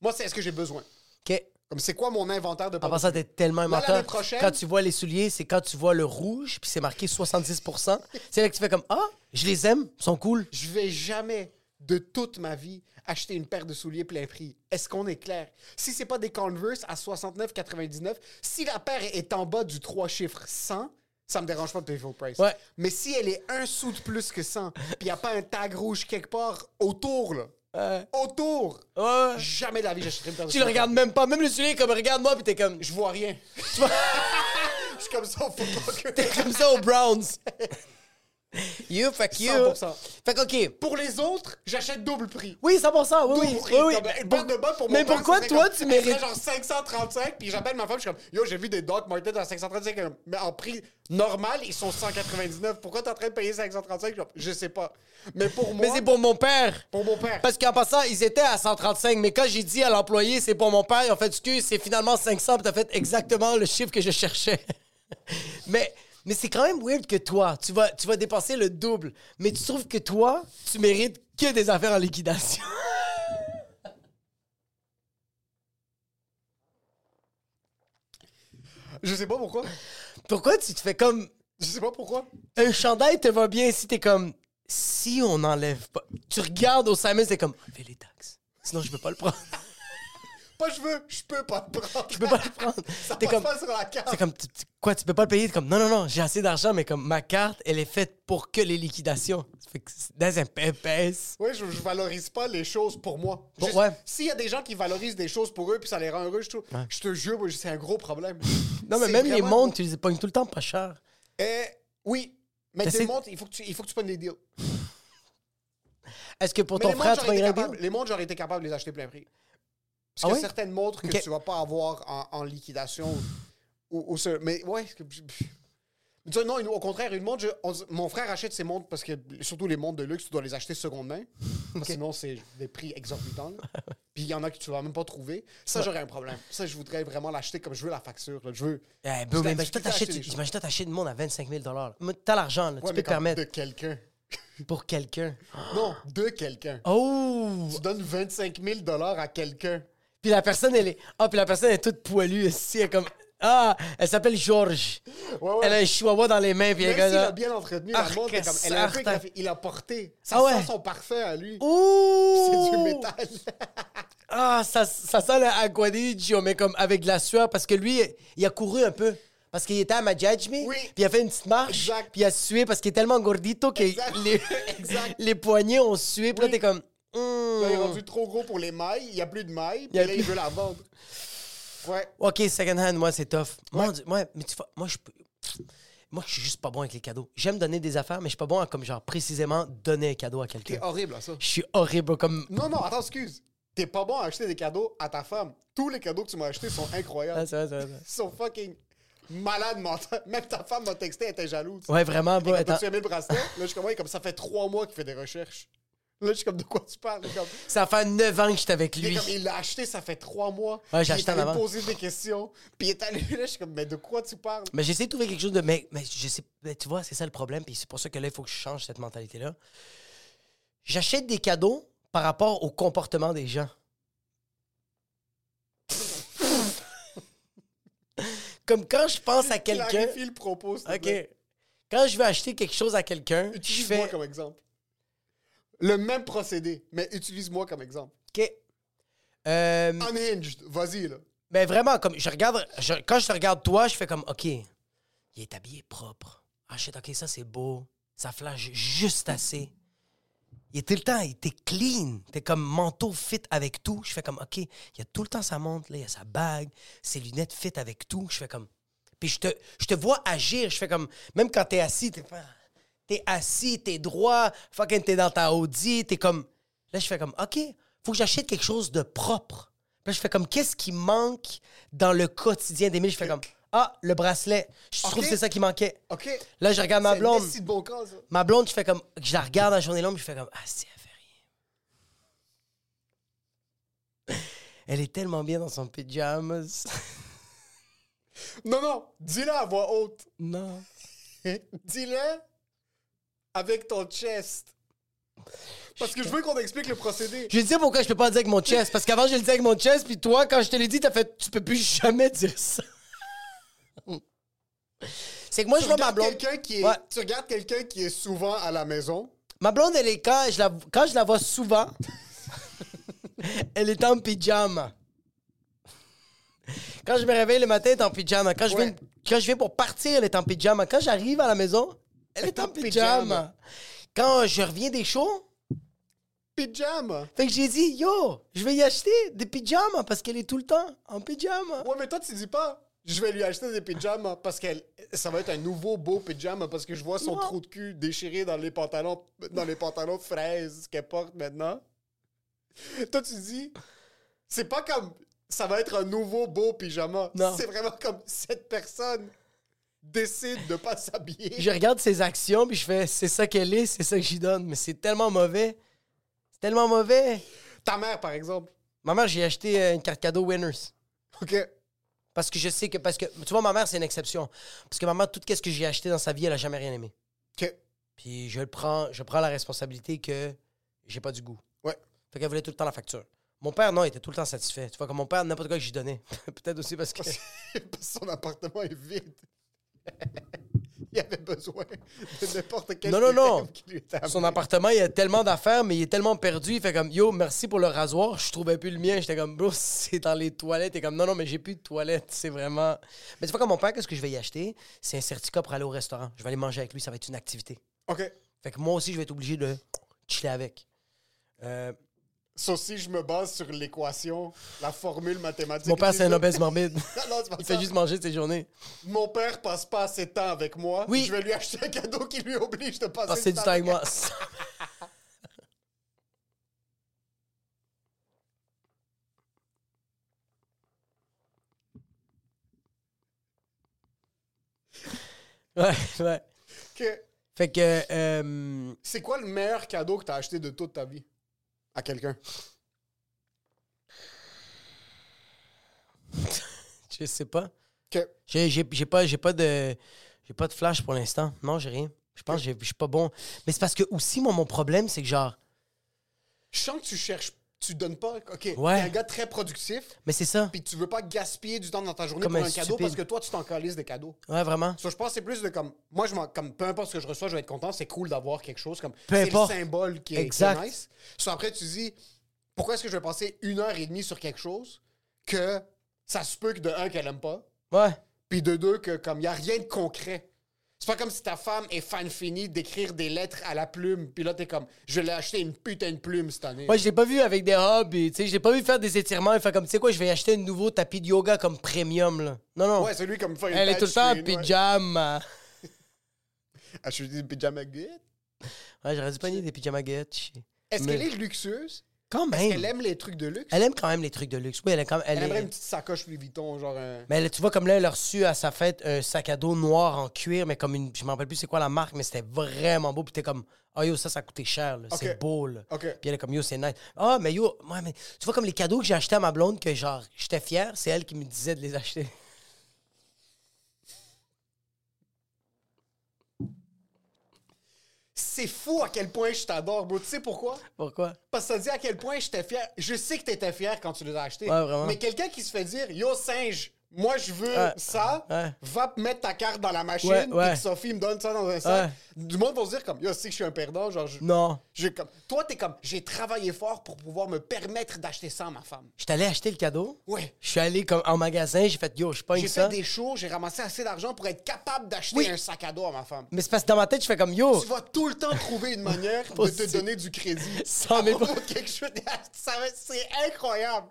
Moi, c'est est-ce que j'ai besoin?
Ok.
Comme, c'est quoi mon inventaire de
En
paires de
passant, t'es tellement un
Là, l'année
menteur.
prochaine-
Quand tu vois les souliers, c'est quand tu vois le rouge, puis c'est marqué 70%. c'est là que tu fais comme Ah, je les aime, ils sont cool.
je vais jamais de toute ma vie acheter une paire de souliers plein prix. Est-ce qu'on est clair? Si c'est pas des Converse à 69,99, si la paire est en bas du 3 chiffres 100, ça me dérange pas de payer full price.
Ouais.
Mais si elle est un sou de plus que 100, puis il a pas un tag rouge quelque part autour, là. Autour.
Ouais.
Jamais de la vie j'achèterai une paire de
Tu le
souliers.
regardes même pas. Même le soulier, comme regarde-moi, puis t'es comme.
Je vois rien. <laughs> Je suis comme ça au football.
T'es <laughs> comme ça aux Browns. you, fuck you.
100%.
Fait que, OK.
Pour les autres, j'achète double prix.
Oui, 100%, oui, oui,
Tout
oui,
prix,
oui.
comme Une boîte de bottes pour mon
Mais
père,
pourquoi
ça serait
toi,
comme-
tu
ça serait
<laughs> mérites...
genre 535, puis j'appelle ma femme, je suis comme, yo, j'ai vu des Doc Martens à 535, comme, euh, mais en prix normal, ils sont 199. Pourquoi t'es en train de payer 535? Genre, Je sais pas. Mais pour moi,
Mais c'est pour mon père.
Pour mon père.
Parce qu'en passant, ils étaient à 135, mais quand j'ai dit à l'employé, c'est pour mon père, ils ont fait, excuse, c'est finalement 500, puis t'as fait exactement le chiffre que je cherchais. <laughs> mais mais c'est quand même weird que toi, tu vas, tu vas dépenser le double, mais tu trouves que toi, tu mérites que des affaires en liquidation. <laughs>
Je sais pas pourquoi.
Pourquoi tu te fais comme.
Je sais pas pourquoi.
Un chandail te va bien si t'es comme. Si on n'enlève pas. Tu regardes au Samuel, c'est comme. Enlevez les taxes. Sinon, je peux pas le prendre.
Pas je veux, <laughs> je peux pas le prendre.
Je peux pas le prendre.
<laughs> Ça
T'es
passe
comme-
pas sur la carte.
C'est comme, tu- tu- quoi, tu peux pas le payer? T'es comme, non, non, non, j'ai assez d'argent, mais comme ma carte, elle est faite pour que les liquidations. Ça Fait que c'est dans un pépès.
Oui, je, je valorise pas les choses pour moi.
Bon,
Juste,
ouais.
S'il y a des gens qui valorisent des choses pour eux puis ça les rend heureux, je, te- je te jure, moi, c'est un gros problème.
Non, mais
C'est
même les
vraiment-
montres, tu les pognes tout le temps pas cher.
Eh, oui, mais
Mais
tes
c'est-
montres, il faut que tu, il faut que tu pognes les deals.
Est-ce que pour
Mais
ton
les
frère,
montres,
tu
j'aurais
pognes
été
un
capable-
deal?
les montres, j'aurais été capable de les acheter plein prix. Parce
Ah
que
oui?
certaines montres que
Ok.
tu vas pas avoir en, en liquidation ou, ou- ou ce- Mais ouais. c'est que- Mais tu sais, non, une- au contraire, une montre, je- on s- mon frère achète ses montres parce que surtout les montres de luxe, tu dois les acheter seconde main. Parce que Sinon, c'est des prix exorbitants. là. Puis il y en a que tu vas même pas trouver. Ça, j'aurais un problème. Ça, je voudrais vraiment l'acheter comme je veux la facture. là. Je veux.
Eh,
J'ai
bro,
de la
mais imagine-toi
difficulté à
t'achètes-
acheter des choses.
imagine-toi t'acheter une montre à 25 000 là. Mais T'as l'argent, là,
Ouais,
tu
mais
peux te
comme
permettre
De quelqu'un.
pour quelqu'un.
Non, de quelqu'un.
Oh!
Tu donnes 25 000 à quelqu'un.
Puis la personne, elle est. Ah, puis la personne est toute poilue ici. Elle est comme. Ah, elle s'appelle Georges.
Ouais, ouais.
Elle a un chihuahua dans les mains, puis
Même
elle
s'il
est comme.
a bien entretenu la
Arc-
montre, elle est comme- elle a un peu
Arc-
graphi- il a porté. Ça
Ah ouais.
sent son parfum à lui.
Ouh!
<laughs> C'est du métal.
Ah, ça, ça sent le Aguadillo, mais comme avec de la sueur, parce que lui, il a couru un peu. Parce qu'il était à Majajmi,
Oui.
puis il a fait une petite marche,
Exact.
puis il a sué parce qu'il est tellement gordito que
Exact.
les,
Exact.
les poignets ont sué. Puis
Oui.
là, t'es comme...
Il est
hmm.
rendu trop gros pour les mailles. Il n'y a plus de mailles. Puis
y a
là,
plus-
il veut la vendre. Ouais.
OK, second hand, moi, c'est tough. Mon Dieu, ouais, mais tu vois, moi, je peux... Moi, je suis juste pas bon avec les cadeaux. J'aime donner des affaires, mais je suis pas bon à, comme, genre, précisément donner un cadeau à quelqu'un.
C'est horrible, ça.
Je suis horrible, comme...
Non, non, attends, excuse. T'es pas bon à acheter des cadeaux à ta femme. Tous les cadeaux que tu m'as achetés sont
Ah,
incroyables.
c'est vrai, c'est vrai, c'est vrai.
Ils sont fucking malades mentales. Même ta femme m'a texté, elle était jalouse.
Ouais, vraiment, bro.
Quand
attends.
tu as mis le bracelet, là, je suis comme, ouais, comme ça fait trois mois qu'il fait des recherches. Là, je suis comme, de quoi tu parles? Comme,
Ça fait 9 ans que j'étais avec
Il est
lui.
comme, il l'a acheté, ça fait trois mois.
Ouais,
Puis
j'ai
il
acheté
est
en
allé me
avant.
poser des questions. Puis il est allé là, je suis comme, mais de quoi tu parles?
Mais j'essaie de trouver quelque chose de. Mais, mais je sais. mais tu vois, c'est ça le problème. Puis c'est pour ça que là, il faut que je change cette mentalité-là. J'achète des cadeaux par rapport au comportement des gens. <laughs> Comme quand je pense à quelqu'un.
Clarifie le propos, s'il te
OK.
plaît.
Quand je veux acheter quelque chose à quelqu'un, je
Utilise-moi
fais.
comme exemple. Le même procédé, mais utilise-moi comme exemple.
OK. Euh,
Unhinged, vas-y, là.
Mais vraiment, comme je regarde, je- quand je te regarde toi, je fais comme, OK, il est habillé propre. Ah shit, OK, ça c'est beau. Ça flash juste assez. Il est tout le temps, il était clean. T'es comme manteau fit avec tout. Je fais comme, OK, il y a tout le temps sa montre, là, il y a sa bague, ses lunettes fit avec tout. Je fais comme, puis je te, je te vois agir. Je fais comme, même quand t'es assis, t'es pas- T'es assis, t'es droit, fucking t'es dans ta Audi, t'es comme. Là, je fais comme, OK, faut que j'achète quelque chose de propre. Puis là, je fais comme, qu'est-ce qui manque dans le quotidien d'Émile? Je fais comme, ah, le bracelet. Je trouve que c'est ça qui manquait.
OK.
Là, je regarde ma
C'est
blonde.
Messi de bon cas, ça.
Ma blonde, je fais comme, je la regarde la journée longue, je fais comme, ah, si, elle fait rien. Elle est tellement bien dans son
<laughs>
pyjamas.
Non, non, dis-le à voix haute. <laughs>
non.
Dis-le avec ton chest. Parce que je veux qu'on explique le procédé.
Je vais te dire pourquoi je peux pas le dire avec mon chest. Parce qu'avant, je le disais avec mon chest, puis toi, quand je te l'ai dit, t'as fait, tu peux plus jamais dire
<laughs>
ça. C'est que moi, je
Tu
vois ma
regardes
blonde.
quelqu'un qui, est-
Ouais.
tu regardes quelqu'un qui est souvent à la maison.
Ma blonde, elle est quand je la, quand je la vois souvent, <laughs> elle est en pyjama. Quand je me réveille le matin, elle est en pyjama. Quand je,
Ouais.
viens, quand je viens pour partir, elle est en pyjama. Quand j'arrive à la maison, elle
<laughs>
est en pyjama. Quand je reviens des shows,
Pyjama.
fait que j'ai dit, yo, je vais y acheter des pyjamas parce qu'elle est tout le temps en pyjama.
Ouais, mais toi, tu dis pas. Je vais lui acheter des pyjamas parce que ça va être un nouveau beau pyjama parce que je vois son trou de cul déchiré dans les pantalons dans les pantalons fraises qu'elle porte maintenant. Toi tu dis c'est pas comme ça va être un nouveau beau pyjama.
Non.
C'est vraiment comme cette personne décide de pas s'habiller.
Je regarde ses actions, puis je fais, c'est ça qu'elle est, c'est ça que j'y donne. Mais c'est tellement mauvais. C'est tellement mauvais.
Ta mère par exemple.
Ma mère, j'ai acheté euh, une carte cadeau Winners.
OK.
Parce que je sais que. Parce que tu vois, ma mère, c'est une exception. Parce que ma mère, tout ce que j'ai acheté dans sa vie, elle a jamais rien aimé.
OK.
Puis je le prends, je prends la responsabilité que j'ai pas du goût.
Ouais.
Fait qu'elle voulait tout le temps la facture. Mon père, non, il était tout le temps satisfait. Tu vois, comme mon père, n'importe quoi que j'y donnais. <laughs> Peut-être aussi parce que.
Parce que son appartement est vide. <laughs> il avait besoin de n'importe quel
Non, non,
item
non.
qui lui était amené.
Son appartement, il y a tellement d'affaires, mais il est tellement perdu. Il fait comme Yo, merci pour le rasoir. Je trouvais plus le mien. J'étais comme Bro, <laughs> c'est dans les toilettes. Et comme Non, non, mais j'ai plus de toilettes. C'est vraiment. Mais tu vois, comme mon père, qu'est-ce que je vais y acheter C'est un certificat pour aller au restaurant. Je vais aller manger avec lui. Ça va être une activité.
OK.
Fait que moi aussi, je vais être obligé de chiller avec. Euh,
Sauf si je me base sur l'équation, la formule mathématique.
mon père, c'est un
Non,
obèse morbide.
<laughs> non, c'est pas
il
ça.
fait juste manger de ses journées.
Mon père passe pas assez de temps avec moi.
Oui.
Je vais lui acheter un cadeau qui lui oblige de passer,
Passer
du
Ah, du temps avec moi.
<laughs>
ouais, ouais.
Que-
Fait que. euh,
C'est quoi le meilleur cadeau que t'as acheté de toute ta vie à quelqu'un?
je sais pas.
Que...
J'ai j'ai- j'ai pas, j'ai pas de. J'ai pas de flash pour l'instant. Non, j'ai rien. Je pense que j'ai- je suis pas bon. Mais c'est parce que aussi, moi, mon problème, c'est que genre.
Je sens que tu cherches, tu donnes pas. OK,
Ouais.
t'es un gars très productif,
Mais c'est ça.
puis tu veux pas gaspiller du temps dans ta journée
Comme
pour
un
un cadeau
stupide.
parce que toi, tu t'en calises des cadeaux.
Ouais, vraiment.
So, je pense que c'est plus de comme. Moi, je m'en- comme peu importe ce que je reçois, je vais être content. C'est cool d'avoir quelque chose. comme C'est le
importe.
symbole qui est, qui est
Exact.
nice. So, après, tu dis pourquoi est-ce que je vais passer une heure et demie sur quelque chose que ça se peut que de un, qu'elle aime pas,
Ouais.
puis de deux, que comme il n'y a rien de concret. C'est pas comme si ta femme est fan finie d'écrire des lettres à la plume, puis là, t'es comme je l'ai acheté une putain de plume cette année.
Moi, je l'ai pas vu avec des hobs. et, Tu sais, je l'ai pas vu faire des étirements. Il fait comme, tu sais quoi, je vais acheter un nouveau tapis de yoga comme premium, là. Non, non.
Ouais, celui comme fait une
Elle est tout le temps en
touchscreen, ouais.
pyjama.
Ah, je dis pyjama good.
Ouais, j'aurais dû pogner des pyjama Gucci.
Est-ce
Mais-
qu'elle est luxueuse?
Quand même.
Elle aime les trucs de luxe?
Elle aime quand même les trucs de luxe. Oui, elle aime quand même. elle
Elle aimerait
est-
une petite sacoche Louis Vuitton, genre un.
Mais elle- tu vois, comme là, elle a reçu à sa fête un sac à dos noir en cuir, mais comme une. Je m'en rappelle plus c'est quoi la marque, mais c'était vraiment beau. Puis t'es comme, oh yo, ça, ça a coûté cher, là. C'est
Ok.
beau, là.
Ok.
Puis elle est comme, yo, c'est nice. Ah, mais yo, ouais, mais tu vois, comme les cadeaux que j'ai achetés à ma blonde, que genre, j'étais fier, c'est elle qui me disait de les acheter. <laughs>
C'est fou à quel point je t'adore, bro. Tu sais pourquoi?
Pourquoi?
Parce que ça dit à quel point j'étais fier. Je sais que t'étais fier quand tu les as achetés.
Ouais, vraiment.
Mais quelqu'un qui se fait dire Yo, singe, moi je veux
Ouais.
ça,
Ouais.
va mettre ta carte dans la machine,
Ouais,
puis
ouais.
que Sophie me donne ça dans un sac. Du monde va se dire comme Yo, c'est que je suis un perdant. Genre, je-
Non.
j'ai comme... Toi, t'es comme J'ai travaillé fort pour pouvoir me permettre d'acheter ça à ma femme.
Je suis allé acheter le cadeau.
Ouais.
Je suis allé comme en magasin, j'ai fait yo, je pogne
J'ai
ça.
fait des shows, j'ai ramassé assez d'argent pour être capable d'acheter
Oui.
un sac à dos à ma femme.
Mais c'est parce que dans ma tête, je fais comme yo.
Tu vas tout le temps
<laughs>
trouver une manière de te
Possible.
donner du crédit.
Sans
à
mes
propos
pro-
de <laughs> quelque chose. Ça va- C'est incroyable.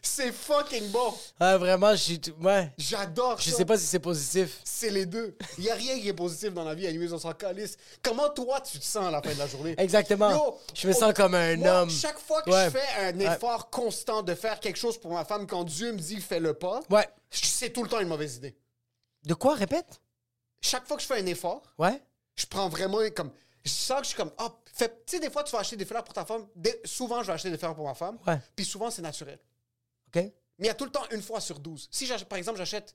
C'est fucking bon.
<laughs> Ah, vraiment, je suis. tout- Ouais.
J'adore
Je
ça.
sais pas si c'est positif.
C'est les deux. Il n'y a rien qui est positif dans la vie. Anyways, on s'en calisse. Comment toi, tu te sens à la fin de la journée?
Exactement. Je me sens comme un
moi,
homme.
Chaque fois que
Ouais.
je fais un effort constant de faire quelque chose pour ma femme, quand Dieu me dit fais le pas,
Ouais.
c'est tout le temps une mauvaise idée.
De quoi, répète?
Chaque fois que je fais un effort,
Ouais.
je prends vraiment comme je sens que je suis comme ah fait tu sais des fois tu vas acheter des fleurs pour ta femme Des- souvent je vais acheter des fleurs pour ma femme
Ouais.
puis souvent c'est naturel
OK.
mais il y a tout le temps une fois sur 12 si j'ach- par exemple j'achète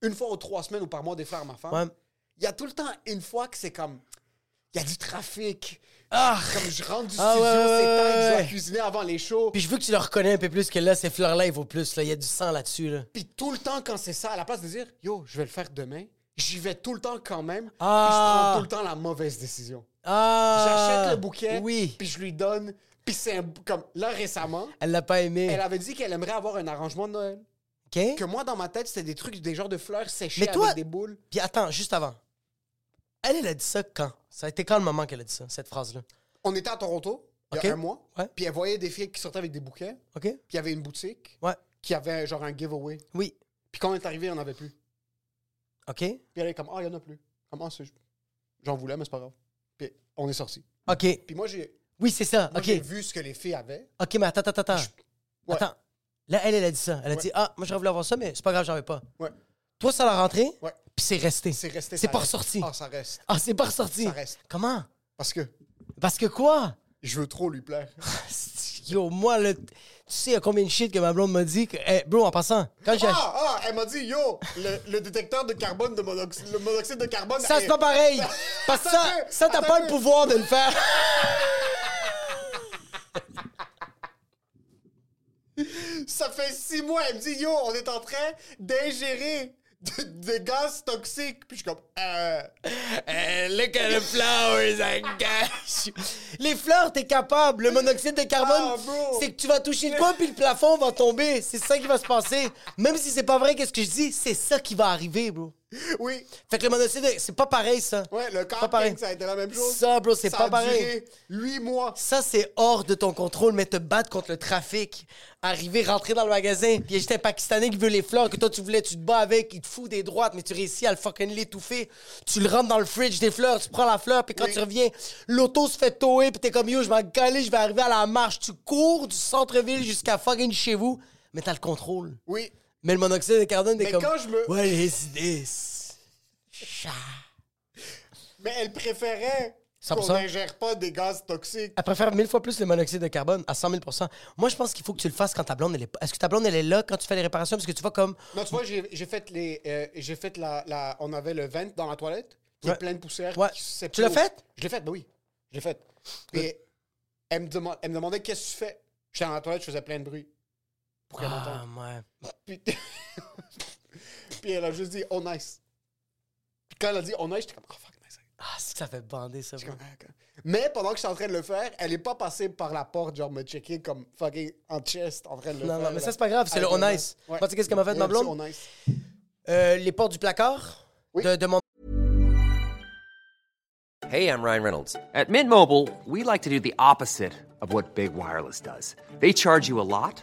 une fois ou trois semaines ou par mois des fleurs à ma femme
Ouais.
il y a tout le temps une fois que c'est comme il y a du trafic
Ah!
comme je rentre du
Ah,
studio
ouais, ouais,
c'est tard
ouais,
je dois
ouais.
cuisiner avant les shows
Puis je veux que tu le reconnais un peu plus que là, ces fleurs-là, il vaut plus. Là. Il y a du sang là-dessus. Là.
puis tout le temps quand c'est ça à la place de dire yo je vais le faire demain j'y vais tout le temps quand même
Ah.
puis je prends tout le temps la mauvaise décision
Ah!
J'achète le bouquet,
Oui.
puis je lui donne. Puis c'est un- comme là récemment,
Elle l'a pas aimé.
elle avait dit qu'elle aimerait avoir un arrangement de Noël.
OK?
Que moi dans ma tête c'était des trucs des genres de fleurs séchées
Mais toi-
avec des boules.
Puis attends, juste avant. Elle, elle a dit ça quand? Ça a été quand le moment qu'elle a dit ça, cette phrase-là?
On était à Toronto il y
Ok.
a un mois,
Ouais.
puis elle voyait des filles qui sortaient avec des bouquets,
OK?
puis il y avait une boutique
Ouais.
qui avait genre un giveaway.
Oui.
Puis quand on est arrivé, on n'en avait plus.
OK?
Puis elle est comme ah il y en a plus. Comment c'est J'en voulais mais c'est pas grave. Puis on est sorti.
OK.
Puis moi j'ai
Oui, c'est ça.
moi,
OK.
j'ai vu ce que les filles avaient.
OK, mais attends, attends, attends.
Ouais.
Attends. Là, elle, elle a dit ça. Elle a
Ouais.
dit Ah, moi, j'aurais voulu avoir ça, mais c'est pas grave, j'en avais pas.
Ouais.
Toi, ça l'a rentré,
Ouais.
puis c'est resté.
C'est resté.
C'est
ça
pas
reste.
ressorti.
Ah ça reste.
Ah, c'est pas ressorti.
Ça reste.
Comment
Parce que
Parce que quoi
je veux trop lui
<laughs>
plaire.
Yo, moi, là, tu sais, il y a combien de shit que ma blonde m'a dit que. Hey, bro, en passant, quand j'ai acheté.
Ah, ah, elle m'a dit, yo, le, le détecteur de carbone, de monoxy- le monoxyde de carbone.
Ça,
est-
c'est pas
<laughs>
pareil. Parce que ça,
Attends un peu,
ça t'as
attends
pas
un
le
peu.
pouvoir de le faire.
ça fait six mois, elle me dit Yo, on est en train d'ingérer de- des gaz toxiques. Puis je suis comme Euh.
<laughs> Eh, look at the flowers I got you. Les fleurs, t'es capable. Le monoxyde de carbone,
Ah, bro.
c'est que tu vas toucher de quoi, puis le plafond va tomber. C'est ça qui va se passer. Même si c'est pas vrai, qu'est-ce que je dis, c'est ça qui va arriver, bro.
Oui.
Fait que le monoxyde, c'est pas pareil, ça.
Ouais, le
Pas pareil.
camping, ça a été la même chose.
Ça, bro, c'est
Ça
pas
a
pareil.
duré Huit mois.
Ça, c'est hors de ton contrôle, mais te battre contre le trafic, arriver, rentrer dans le magasin, puis j'étais un Pakistanais qui veut les fleurs que toi tu voulais, tu te bats avec, il te fout des droites, mais tu réussis à le fucking l'étouffer. Tu le rentres dans le fridge des fleurs, tu prends la fleur, puis quand tu reviens, l'auto se fait tower, puis t'es comme yo, je m'en calais, je vais arriver à la marche. Tu cours du centre-ville jusqu'à fucking chez vous, mais t'as le contrôle.
Oui.
Mais le monoxyde de carbone, t'es
Mais
comme.
quand je me-
What is this? Chat.
Mais elle préférait
100%.
qu'on n'ingère pas des gaz toxiques.
Elle préfère mille fois plus le monoxyde de carbone à 100 000 Moi, je pense qu'il faut que tu le fasses quand ta blonde, elle est pas- Est-ce que ta blonde, elle est là quand tu fais les réparations? Parce que tu vois comme.
Non, tu vois, j'ai j'ai fait les. euh, j'ai fait la, la- On avait le vent dans la toilette, qui
Ouais.
est plein de poussière.
Ouais.
qui s'est
Tu l'as
plus-
fait?
Je l'ai fait, ben oui. Je l'ai fait. Et elle me, demande- elle me demandait qu'est-ce que tu fais. J'étais dans la toilette, je faisais plein de bruit. Pour qu'elle
Ah,
m'entende.
ouais.
Puis... <laughs> Puis elle a juste dit, oh nice. Puis quand elle a dit, oh nice, j'étais comme, oh fuck, nice.
Ah, c'est que ça fait bander, ça.
J'étais comme, Ah, ok. Mais pendant que je suis en train de le faire, elle est pas passée par la porte, genre me checker comme fucking en chest en train de le
Non,
faire.
non, mais ça,
là.
c'est pas grave, c'est le
Avec
oh nice.
Ouais.
Moi, tu sais qu'est-ce qu'elle m'a fait,
Elle
ma
a dit,
blonde?
Oh nice.
Euh, les portes du placard de, de mon.
Hey, I'm Ryan Reynolds. At Mint Mobile, we like to do the opposite of what Big Wireless does. They charge you a lot,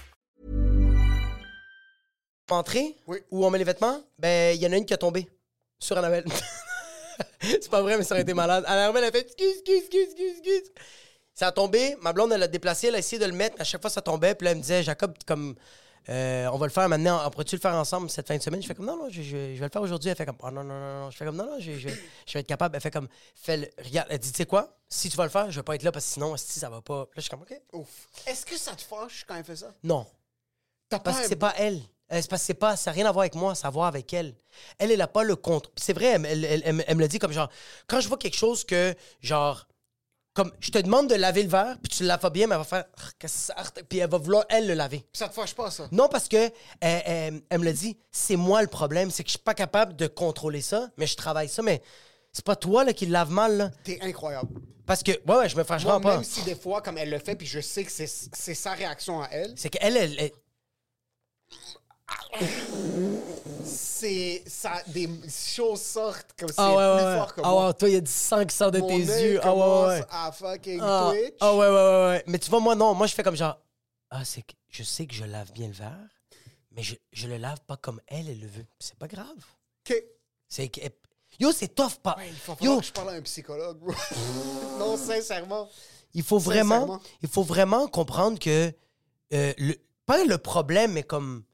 entrée
Oui.
où on met les vêtements, ben, il y en a une qui a tombé sur Annabelle. <laughs> c'est pas vrai, mais ça aurait été malade. Annabelle a fait excuse, excuse, excuse, excuse, excuse. Ça a tombé, ma blonde, elle l'a déplacé, elle a essayé de le mettre, mais à chaque fois ça tombait, puis là, elle me disait, Jacob, comme, euh, on va le faire maintenant, on pourrait-tu le faire ensemble cette fin de semaine? Je fais comme, non, non, je, je- je vais le faire aujourd'hui. Elle fait comme, oh non, non, non, non. Je fais comme, non, non, je, je- je vais être capable. Elle fait comme, fais-le, regarde. Elle dit, tu sais quoi? Si tu vas le faire, je vais pas être là, parce que sinon, si ça va pas. Puis Là, je suis comme, OK.
Ouf. Est-ce que ça te fâche quand elle fait ça?
Non.
T'as
Parce que
un-
c'est pas elle. Euh, C'est parce que c'est pas, ça n'a rien à voir avec moi, ça a à voir avec elle. Elle, elle n'a pas le compte. Puis C'est vrai, elle, elle, elle- elle me- elle me le dit comme genre, quand je vois quelque chose que, genre, comme je te demande de laver le verre, puis tu le laves pas bien, mais elle va faire, Ah, qu'est-ce que ça arte? puis elle va vouloir, elle, le laver.
Ça te fâche pas, ça?
Non, parce que euh, euh, elle me le dit, c'est moi le problème, c'est que je suis pas capable de contrôler ça, mais je travaille ça, mais c'est pas toi là, qui le lave mal, là.
T'es incroyable.
Parce que, ouais, ouais, je me fâche
Moi,
vraiment pas.
même si des fois, comme elle le fait, puis je sais que c'est c'est sa réaction à elle,
C'est qu'elle, elle, elle-
c'est ça, des choses sortent comme c'est
Ah ouais, ouais,
plus
ouais.
fort que
Ah
moi.
ouais, toi, il y a du sang qui sort de
Mon
tes
nez
yeux. Ah ouais,
commence
ouais, ouais.
à fucking
Ah,
twitch.
ah ouais, ouais, ouais, ouais. Mais tu vois, moi, non. Moi, je fais comme genre, ah, c'est que je sais que je lave bien le verre, mais je, je le lave pas comme elle, elle le veut. C'est pas grave.
Ok.
C'est que. eh, Yo, c'est tough, pas.
Il faut falloir
Yo,
que je parle à un psychologue, bro. <laughs> non, sincèrement.
il faut vraiment,
Sincèrement.
il faut vraiment comprendre que euh, le, pas le problème, mais comme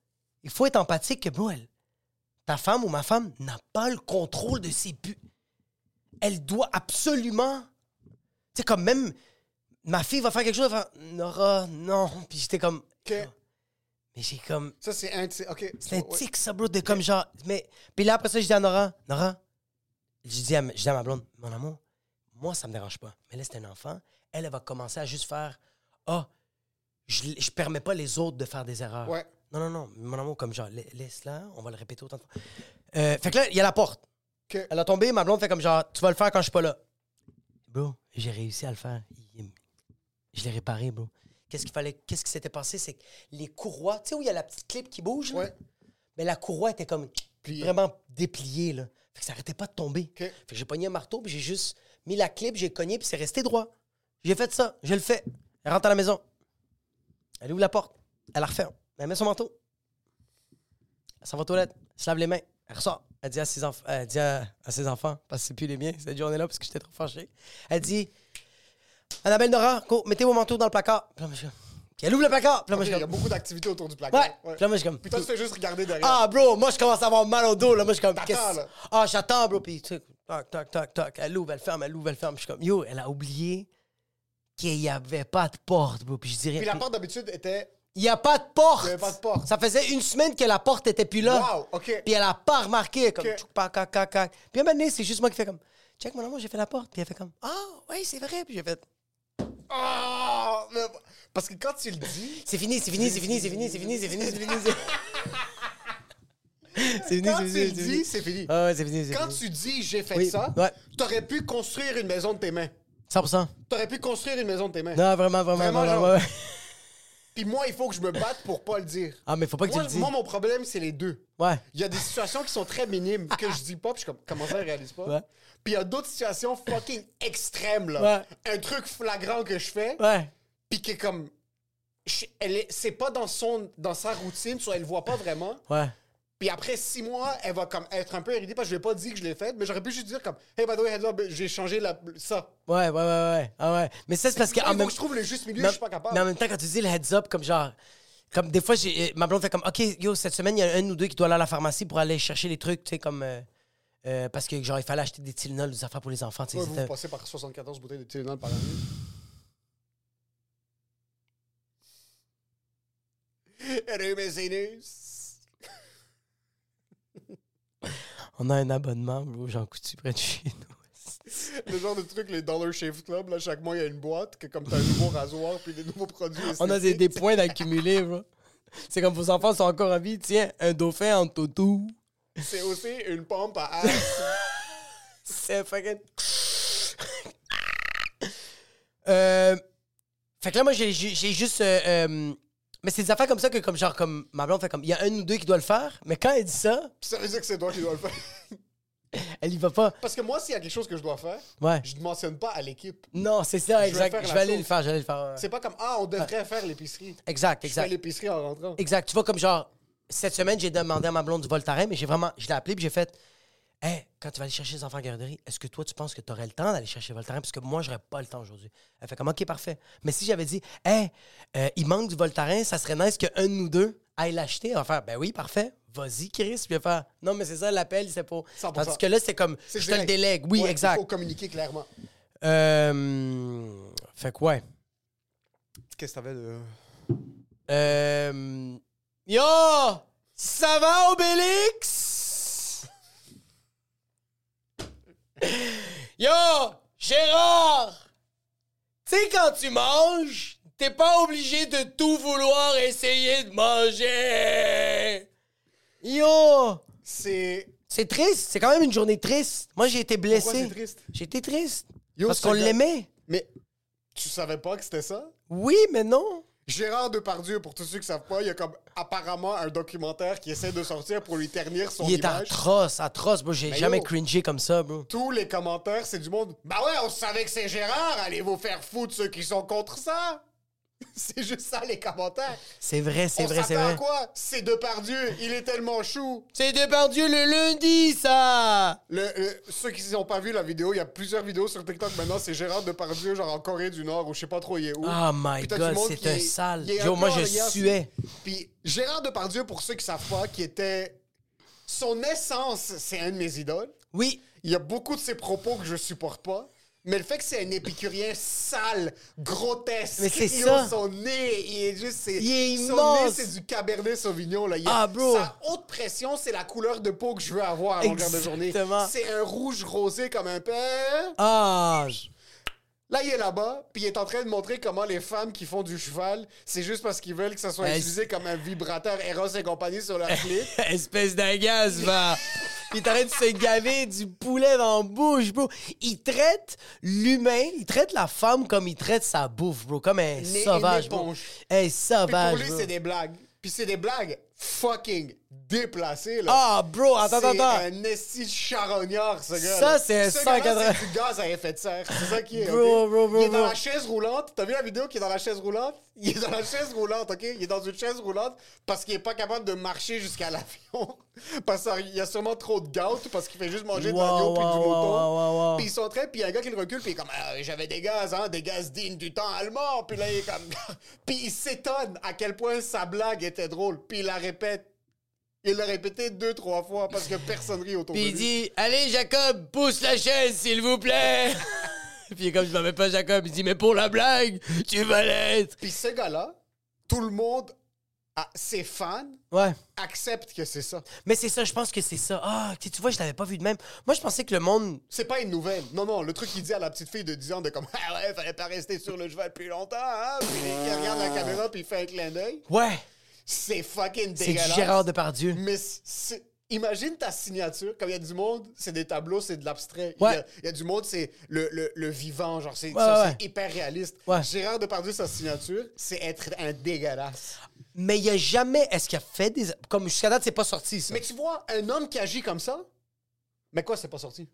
il faut être empathique que bro, elle- ta femme ou ma femme n'a pas le contrôle de ses buts. Elle doit absolument, tu sais, comme même ma fille va faire quelque chose, elle va faire, Nora, non, puis j'étais comme,
Ok.
mais j'ai comme,
Ça, c'est un... C'est ok.
c'est un
Ouais.
tic, ça, bro, de comme genre. Mais. Puis là, après ça, je dis à Nora, Nora, je dis à, je dis à ma blonde, mon amour, moi, ça me dérange pas. Mais là, c'est un enfant. Elle, elle va commencer à juste faire, ah, je, je permets pas les autres de faire des erreurs.
Ouais.
Non, non, non, mon amour, comme genre, la- laisse-la, on va le répéter autant de fois. Euh, fait que là, il y a la porte.
Ok.
Elle a tombé, ma blonde fait comme genre, tu vas le faire quand je suis pas là. Bro, j'ai réussi à le faire. Il- Je l'ai réparé, bro. Qu'est-ce qu'il fallait, qu'est-ce qui s'était passé, c'est que les courroies, tu sais où il y a la petite clip qui bouge, là?
Ouais.
Mais la courroie était comme
Plié.
vraiment déplié, là. Fait que ça arrêtait pas de tomber.
OK.
Fait que j'ai pogné un marteau, puis j'ai juste mis la clip, j'ai cogné, puis c'est resté droit. J'ai fait ça, je le fais. Elle rentre à la maison. Elle ouvre la porte, elle la referme, elle met son manteau. Elle s'en va aux toilettes, elle se lave les mains, elle ressort. Elle dit à ses, enf- elle dit à, à ses enfants, parce que c'est plus les miens cette journée-là, parce que j'étais trop fâché. Elle dit Annabelle Nora, go, mettez vos manteaux dans le placard. Puis là, moi, je suis comme- Puis elle ouvre le placard. Puis là, moi,
Il
je
y
suis
a
comme-
beaucoup d'activités autour du placard.
Ouais. Puis là, moi, je suis comme.
Puis toi, tu fais juste regarder derrière.
Ah, bro, moi, je commence à avoir mal au dos. Là. Moi, je suis comme. qu'est-ce-
là.
Ah, j'attends, bro. Puis, tu sais, toc, toc, toc, toc. Elle ouvre, elle ferme, elle ouvre, elle ferme. Je suis comme, yo, elle a oublié qu'il n'y avait pas de porte, bro. Puis, je dirais.
Puis la porte d'habitude était.
Il n'y a pas de porte.
Il y avait pas de porte.
Ça faisait une semaine que la porte était plus là.
Wow, OK.
Puis, elle a pas remarqué. Elle est Comme,
OK.
tchouk, pac, cac, cac, cac. Puis, à un moment donné, c'est juste moi qui fais comme, check, mon amour, j'ai fait la porte. Puis, elle fait comme, ah, ouais, c'est vrai. Puis, j'ai fait.
Ah! Mais- Parce que quand tu le dis,
<laughs> C'est fini, c'est fini, c'est fini, c'est fini, c'est fini, c'est fini, c'est fini. c'est- C'est fini,
quand
c'est
tu
fini.
le
c'est fini.
dis, c'est fini.
Ah ouais, c'est fini, c'est
Quand
fini.
tu dis j'ai fait
Oui,
ça,
ouais.
t'aurais pu construire une maison de tes mains.
100%.
T'aurais pu construire une maison de tes mains.
Non, vraiment, vraiment,
Vraiment,
vraiment.
genre-
ouais.
Puis moi, il faut que je me batte pour pas le dire.
Ah, mais faut pas que
moi,
tu le dises.
Moi, mon problème, c'est les deux.
Ouais.
Il y a des situations qui sont très minimes que je dis pas, puis je suis comme, comment ça, je réalise pas.
Ouais.
Puis il y a d'autres situations fucking extrêmes, là. Un truc flagrant que je fais,
Ouais.
puis qui est comme. je- elle est- C'est pas dans, son, dans sa routine, soit elle le voit pas vraiment.
Ouais.
Puis après six mois, elle va comme être un peu irritée parce que je lui ai pas dit que je l'ai faite, mais j'aurais pu juste dire comme, hey, by the way, heads up, j'ai changé la, ça.
Ouais, ouais, ouais, ouais. Ah ouais. Mais ça, c'est parce que.
Moi,
en
il faut
même-
que je trouve le juste milieu,
Mais-
je suis pas capable.
Mais en même temps, quand tu dis le heads up, comme genre. Comme des fois, j'ai, euh, ma blonde fait comme, OK, yo, cette semaine, il y a un ou deux qui doit aller à la pharmacie pour aller chercher les trucs, tu sais, comme. euh, euh, parce que, genre, il fallait acheter des Tylenol, des affaires pour les enfants, tu sais.
Ouais, vous,
c'était-
vous passez par 74 bouteilles de Tylenol par année. <laughs> Rhume sinus.
On a un abonnement, bro, Jean Coutu, près de chez
<laughs>
nous.
Le genre de truc, les Dollar Shave Club, là, chaque mois, il y a une boîte que comme t'as un nouveau rasoir puis des nouveaux produits.
On a des,
esthétiques.
des points d'accumuler, bro. C'est comme vos enfants sont encore en vie, tiens, un dauphin en toutou.
C'est aussi une pompe
<laughs>
à axe.
C'est fucking. Euh, fait que là, moi, j'ai j'ai- j'ai juste. euh, euh, mais c'est des affaires comme ça que, comme genre, comme ma blonde fait comme. Il y a un ou deux qui doit le faire, mais quand elle dit ça,
ça veut dire que c'est toi qui dois le faire.
elle y va pas.
Parce que moi, s'il y a quelque chose que je dois faire,
Ouais.
je ne mentionne pas à l'équipe.
Non, c'est ça,
vais
exact.
faire
Je
la
vais aller
chose.
le faire, j'allais le faire. ouais.
C'est pas comme, ah, on devrait faire l'épicerie.
Exact,
Je fais
exact.
l'épicerie en rentrant.
Exact. Tu vois, comme genre, cette semaine, j'ai demandé à ma blonde du Voltaren, mais j'ai vraiment. Je l'ai appelé puis j'ai fait. Hey, quand tu vas aller chercher les enfants à la garderie, est-ce que toi, tu penses que tu aurais le temps d'aller chercher Voltaren? Parce que moi, j'aurais pas le temps aujourd'hui. Elle fait comme, OK, parfait. Mais si j'avais dit, hey, euh, il manque du Voltaren, ça serait nice qu'un ou deux aille l'acheter. Elle va faire, ben oui, parfait. Vas-y, Chris. Puis elle va faire, non, mais c'est ça, l'appel, c'est pour.
100%.
Tandis que là, c'est comme, je
C'est
te le
direct.
délègue. Oui,
Ouais,
exact.
Il faut communiquer clairement.
Euh, fait que, ouais.
Qu'est-ce que t'avais de.
Euh... Yo! Ça va, Obélix? Yo! Gérard! Tu sais, quand tu manges, t'es pas obligé de tout vouloir essayer de manger! Yo!
C'est.
C'est triste, c'est quand même une journée triste. Moi, j'ai été blessé.
Pourquoi c'est triste?
J'ai été triste.
Yo,
parce
ce
qu'on
gars-
l'aimait.
Mais tu savais pas que c'était ça?
Oui, mais non.
Gérard Depardieu, pour tous ceux qui savent pas, il y a comme apparemment un documentaire qui essaie de sortir pour lui ternir son
Il est
image.
atroce, atroce, bro. J'ai
Mais
jamais
yo.
cringé comme ça, bro.
Tous les commentaires, c'est du monde. Bah ouais, on savait que c'est Gérard, allez vous faire foutre ceux qui sont contre ça! <laughs> C'est juste ça les commentaires.
C'est vrai, c'est
on
vrai, c'est
s'attend à
vrai.
quoi? C'est Depardieu, il est tellement chou.
C'est Depardieu le lundi, ça!
Le- le- ceux qui n'ont pas vu la vidéo, il y a plusieurs vidéos sur TikTok maintenant, c'est Gérard Depardieu, genre en Corée du Nord, ou je sais pas trop, il est où.
Oh my
Puis t'as du
God,
monde
c'est
qui
un
est-
sale.
qui est un
Yo,
peu
moi, je
en lien-
suais.
Puis Gérard Depardieu, pour ceux qui savent pas, qui était... Son essence, c'est un de mes idoles.
Oui,
Il y a beaucoup de ses propos que je supporte pas. Mais le fait que c'est un épicurien sale, grotesque,
Mais c'est
il
ça.
a son nez, il est juste... c'est-
Il est
son
immense.
nez, c'est du Cabernet Sauvignon. Là. Il a-
Ah, bro.
Sa haute pression, c'est la couleur de peau que je veux avoir à longueur de journée.
Exactement.
C'est un rouge rosé comme un père.
ah,
Là, il est là-bas, puis il est en train de montrer comment les femmes qui font du cheval, c'est juste parce qu'ils veulent que ça soit
Elles-
utilisé comme un vibrateur Eros et compagnie sur
Eh,
leur clip.
<laughs> espèce d'agace, va! Il t'arrête de se gaver du poulet dans la bouche, bro. Il traite l'humain, il traite la femme comme il traite sa bouffe, bro. Comme un
Né-
sauvage,
une
bro.
éponge.
Un
Puis pour
sauvage,
lui,
bro.
c'est des blagues. Puis c'est des blagues fucking déplacé, là.
Ah, bro, attends, attends, attends.
C'est un esti de charognard, ce gars.
Ça, c'est
Ce gars-là,
180.
c'est du gaz à effet de serre. C'est ça qui est.
Bro,
ok?
bro, bro,
Il est dans
bro.
la chaise roulante. T'as vu la vidéo qui est dans la chaise roulante? <laughs> Il est dans la chaise roulante, OK? Il est dans une chaise roulante parce qu'il est pas capable de marcher jusqu'à l'avion. <laughs> Parce qu'il y a sûrement trop de gaz parce qu'il fait juste manger de
Wow,
l'agneau puis du
wow,
mouton.
wow, wow, wow.
Puis ils sont en train, puis il y a un gars qui le recule, puis il est comme Ah, j'avais des gaz, hein, des gaz dignes du temps allemand. Puis là, il est comme. <laughs> puis il s'étonne à quel point sa blague était drôle. Puis il la répète. Il l'a répété deux, trois fois parce que personne rit autour
Puis il
de lui.
dit Allez, Jacob, pousse la chaise, s'il vous plaît. <laughs> Puis comme je m'appelle pas Jacob, il dit Mais pour la blague, tu vas l'être.
Puis ce gars-là, tout le monde, a- ses fans,
Ouais.
acceptent que c'est ça.
Mais c'est ça, je pense que c'est ça. Ah, tu tu vois, je l'avais pas vu de même. Moi, je pensais que le monde.
C'est pas une nouvelle. Non, non, le truc qu'il dit à la petite fille de 10 ans, de comme <laughs> Ah ouais, fallait pas rester sur le cheval depuis longtemps, hein. Puis il regarde la caméra, puis il fait un clin d'œil.
Ouais.
C'est fucking
C'est du
dégueulasse.
Gérard Depardieu.
Mais c'est- imagine ta signature. Comme il y a du monde, c'est des tableaux, c'est de l'abstrait. Il y
Ouais.
a- Il y, a du monde, c'est le, le- le vivant, genre c'est
Ouais,
ça,
ouais.
c'est hyper réaliste.
Ouais.
Gérard Depardieu, sa signature, c'est être un dégueulasse.
Mais il a jamais. Est-ce qu'il a fait des. Comme jusqu'à date, c'est pas sorti, ça.
Mais tu vois, un homme qui agit comme ça, mais quoi, c'est pas sorti?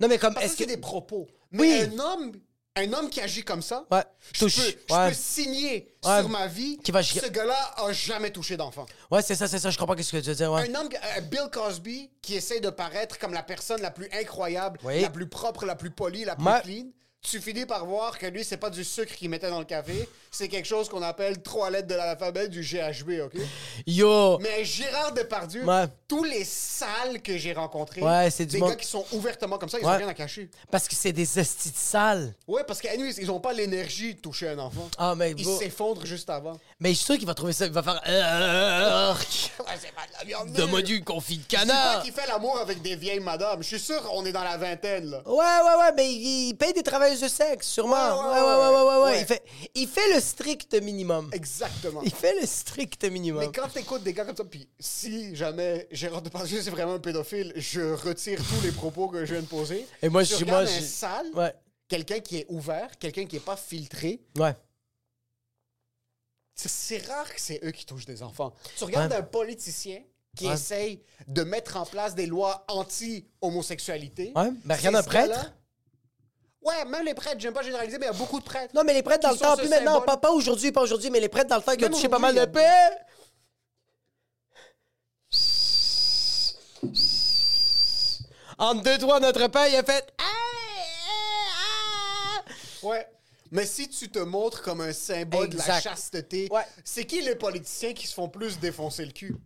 Non, mais comme.
Parce
Est-ce
que c'est
que.
des propos. Mais
Oui.
un homme, un homme qui agit comme ça,
Ouais.
je,
Touche.
peux, je
Ouais.
peux signer
Ouais.
sur ma vie
Qui va-
ce gars-là a jamais touché d'enfant.
Ouais, c'est ça, c'est ça. Je comprends ce que tu veux dire. Ouais.
Un homme, euh, Bill Cosby, qui essaie de paraître comme la personne la plus incroyable,
Oui.
la plus propre, la plus polie, la plus
Ouais.
clean. Tu finis par voir que lui, c'est pas du sucre qu'il mettait dans le café, <laughs> c'est quelque chose qu'on appelle trois lettres de l'alphabet du GHB, OK?
Yo.
Mais Gérard Depardieu,
Ouais.
tous les sales que j'ai rencontrés,
Ouais, c'est du
des
monde-
gars qui sont ouvertement comme ça, ils
Ouais.
ont rien à cacher.
Parce que c'est des hosties de sales.
Ouais, parce qu'à nuit, ils ont pas l'énergie de toucher un enfant.
Ah, mais
Ils
bon.
s'effondrent juste avant.
Mais je suis sûr qu'il va trouver ça. Il va faire. Euh,
Ouais, c'est pas de la viande.
Donne-moi du confit de
C'est
canard.
pas qui fait l'amour avec des vieilles madames. Je suis sûr, on est dans la vingtaine, là.
Ouais, ouais, ouais, mais il il paye des travailleurs de sexe, sûrement. Ouais,
Ouais, ouais,
ouais, ouais, ouais, ouais.
ouais.
Il, fait, il fait le strict minimum.
Exactement.
Il fait le strict minimum.
Mais quand t'écoutes des gars comme ça, puis si jamais Gérard Depardieu c'est vraiment un pédophile, je retire tous les propos que je viens de poser.
Et moi,
Tu
je suis.
regardes
Moi,
un
je-
sale,
Ouais.
quelqu'un qui est ouvert, quelqu'un qui est pas filtré.
Ouais.
C'est- C'est rare que c'est eux qui touchent des enfants. Tu regardes un politicien qui
Ouais.
essaye de mettre en place des lois anti-homosexualité.
Ouais, mais
C'est
rien d'un
ce gars-là-
prêtre.
Ouais, même les prêtres, j'aime pas généraliser, mais il y a beaucoup de prêtres.
Non, mais les prêtres dans
Qui
le
sont
temps,
ce
plus maintenant,
symbole.
pas, pas aujourd'hui, pas aujourd'hui, mais les prêtres dans le temps qui ont
Même
touché pas mal de
aujourd'hui, il y
paix. Entre deux, trois, notre père, il a fait. Ah, ah, ah.
Ouais. Mais si tu te montres comme un symbole de la
Exact.
chasteté,
Ouais.
c'est qui les politiciens qui se font plus défoncer le cul?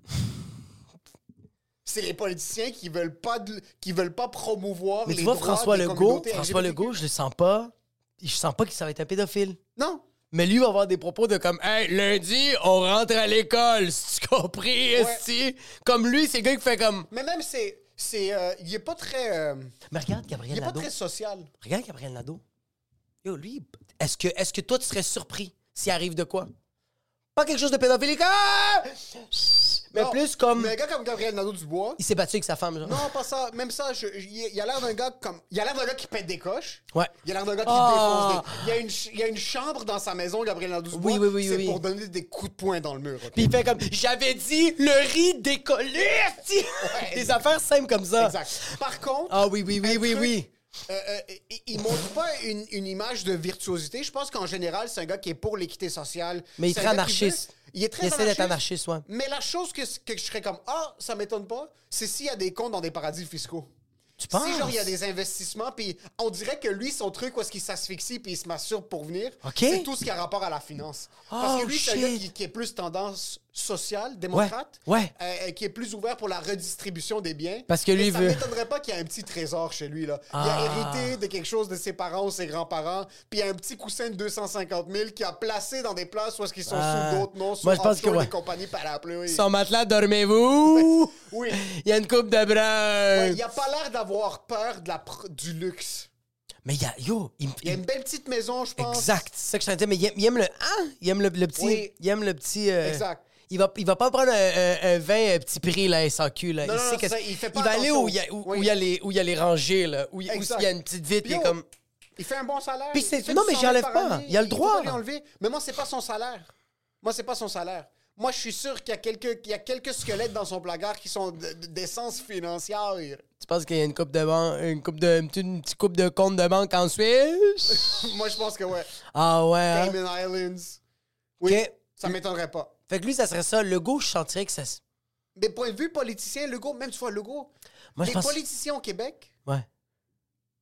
C'est les politiciens qui veulent pas de- qui veulent pas promouvoir
Mais
les
tu vois,
droits
François
des
Legault,
communautés
François
LGBTQ.
Legault, je le sens pas. Je sens pas qu'il ça va être un pédophile.
Non.
Mais lui va avoir des propos de comme Hey, lundi, on rentre à l'école, si tu compris, esti? Comme lui, c'est le gars qui fait comme.
Mais même c'est c'est euh, il est pas très euh,
Mais regarde
il
Gabriel
est pas
Nadeau.
très social.
Regarde Gabriel Nadeau. Yo, lui, est-ce que, est que toi, tu serais surpris s'il arrive de quoi? Pas quelque chose de pédophilique, ah! mais
Non.
plus comme
Mais un gars comme Gabriel Nadeau Dubois,
il s'est battu avec sa femme, genre.
non pas ça, même ça, je- je- il a l'air d'un gars comme il a l'air d'un gars qui pète des coches.
Ouais.
Il a l'air d'un gars qui
Ah.
défonce des... Il y, a une ch- il y a une chambre dans sa maison, Gabriel Nadeau-Dubois.
Oui, oui, oui,
C'est
oui, oui.
pour donner des coups de poing dans le mur. ok?
Puis il fait comme j'avais dit le riz décollé, esti! des affaires simples comme ça.
Exact. Par contre...
euh, Ah oui, oui, oui,
un
oui,
truc,
oui.
euh, euh, il- il montre pas une, une image de virtuosité. Je pense qu'en général, c'est un gars qui est pour l'équité sociale.
Mais il est
C'est
très
un gars qui
anarchiste.
veut- Il est très
Il essaie d'être anarchiste, ouais.
Mais la chose que, que je serais comme ah, ça m'étonne pas, c'est s'il y a des comptes dans des paradis fiscaux.
Tu penses?
Si genre il y a des investissements, puis on dirait que lui son truc, où est-ce qu'il s'asphyxie puis il se masturbe pour venir,
Ok.
c'est tout ce qui a rapport à la finance. Parce
Oh,
que lui c'est un gars
shit.
qui, qui est plus tendance sociale, démocrate,
ouais.
euh, euh, qui est plus ouvert pour la redistribution des biens.
Parce que lui
Et ça
veut- Ah.
m'étonnerait pas qu'il y ait un petit trésor chez lui là. Il a hérité de quelque chose de ses parents ou ses grands-parents, puis il y a un petit coussin de 250 000 qu'il a placé dans des places où est-ce qu'ils sont
Ah.
sous d'autres noms, sous
Moi, je pense que
offshore
ouais.
des compagnies parapluies.
Son matelas, dormez-vous?
<laughs>
<laughs>
Oui.
Il y a une coupe de brun.
Il a pas l'air d'avoir peur de la pr- du luxe.
Mais il y a, yo, il,
Il y a une belle petite maison, je pense.
Exact, c'est ça que je t'en disais, mais il aime, il aime le, hein? il aime le, le petit,
Oui.
il aime le petit, euh,
Exact.
il va, il va pas prendre un, un- un vin à petit prix, là, SAQ, là,
Non,
il
non,
sait
non,
que
ça, il fait pas
va aller où
attention.
il y a, où,
Oui.
où il y a les, où il y a les rangées, là, où, il- où
Exact.
il y a une petite ville, puis il est
Yo,
comme,
Il fait un bon salaire.
Puis c'est-
Il fait
non,
du
mais
100
j'enlève
000 par
pas. hein.
année.
Il a le
faut
droit.
pas lui enlever. Mais moi, c'est pas son salaire. Moi, c'est pas son salaire. Moi, je suis sûr qu'il y, a quelques- qu'il y a quelques squelettes dans son placard qui sont de- de- d'essence financière. <laughs>
Tu penses qu'il y a une coupe de ban- une coupe de une petite, une petite coupe de compte de banque en
<laughs>
Suisse
Moi, je pense que ouais.
Ah ouais. hein?
Cayman Islands. Oui,
Ok.
ça m'étonnerait pas.
Fait que lui ça serait ça, le gauche sentirait que ça se-
Des points de vue politiciens, Legault, même tu vois, Legault,
Moi je
les
pense
politiciens au Québec,
ouais.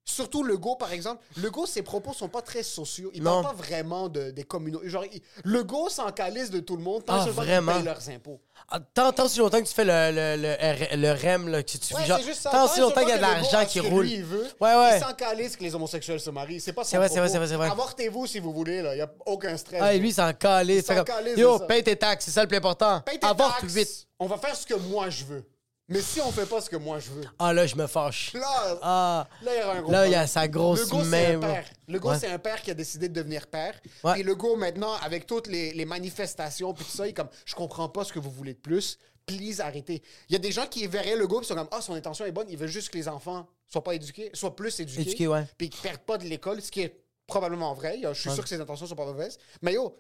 surtout Legault, par exemple, Legault, ses propos sont pas très sociaux. Il
Non.
parle pas vraiment de, des communaux. Genre, il- Legault s'en calisse de tout le monde, tant
Ah,
seulement qu'ils
vraiment?
payent leurs impôts.
Ah, Tant, tant si longtemps que tu fais le, le, le, le REM, là, que tu, tu
Ouais,
genre,
c'est juste ça.
tant si longtemps qu'il
seulement
y a de
que Legault
l'argent
a ce
qui
que
roule.
lui, il veut,
ouais, ouais.
Il s'en calisse que les homosexuels se marient. C'est pas son
C'est vrai, c'est vrai,
propos.
c'est vrai, c'est vrai.
Avortez-vous si vous voulez, là. Il n'y a aucun stress.
Ah, et lui, il s'en calait.
Il s'en
C'est comme,
calait, c'est
Yo,
ça.
paye tes taxes, c'est ça le plus important.
Paye tes
Avorte
taxes,
8.
On va faire ce que moi je veux. Mais si on fait pas ce que moi je veux,
Ah, là, je me fâche.
là,
Ah.
là, il y aura un gros
Là, il y a
problème.
sa grosse
Legault, c'est
main,
un
là.
père. Legault,
Ouais.
c'est un père qui a décidé de devenir père.
Ouais.
Puis Legault, maintenant, avec toutes les, les manifestations, puis tout ça, il est comme, je comprends pas ce que vous voulez de plus. Please, arrêtez. Il y a des gens qui verraient Legault, puis sont comme, ah, son intention est bonne. Il veut juste que les enfants soient pas éduqués, soient plus éduqués.
Éduqués, ouais.
Puis qu'ils perdent pas de l'école, ce qui est probablement vrai. Je suis sûr que ses intentions sont pas mauvaises. Mais yo,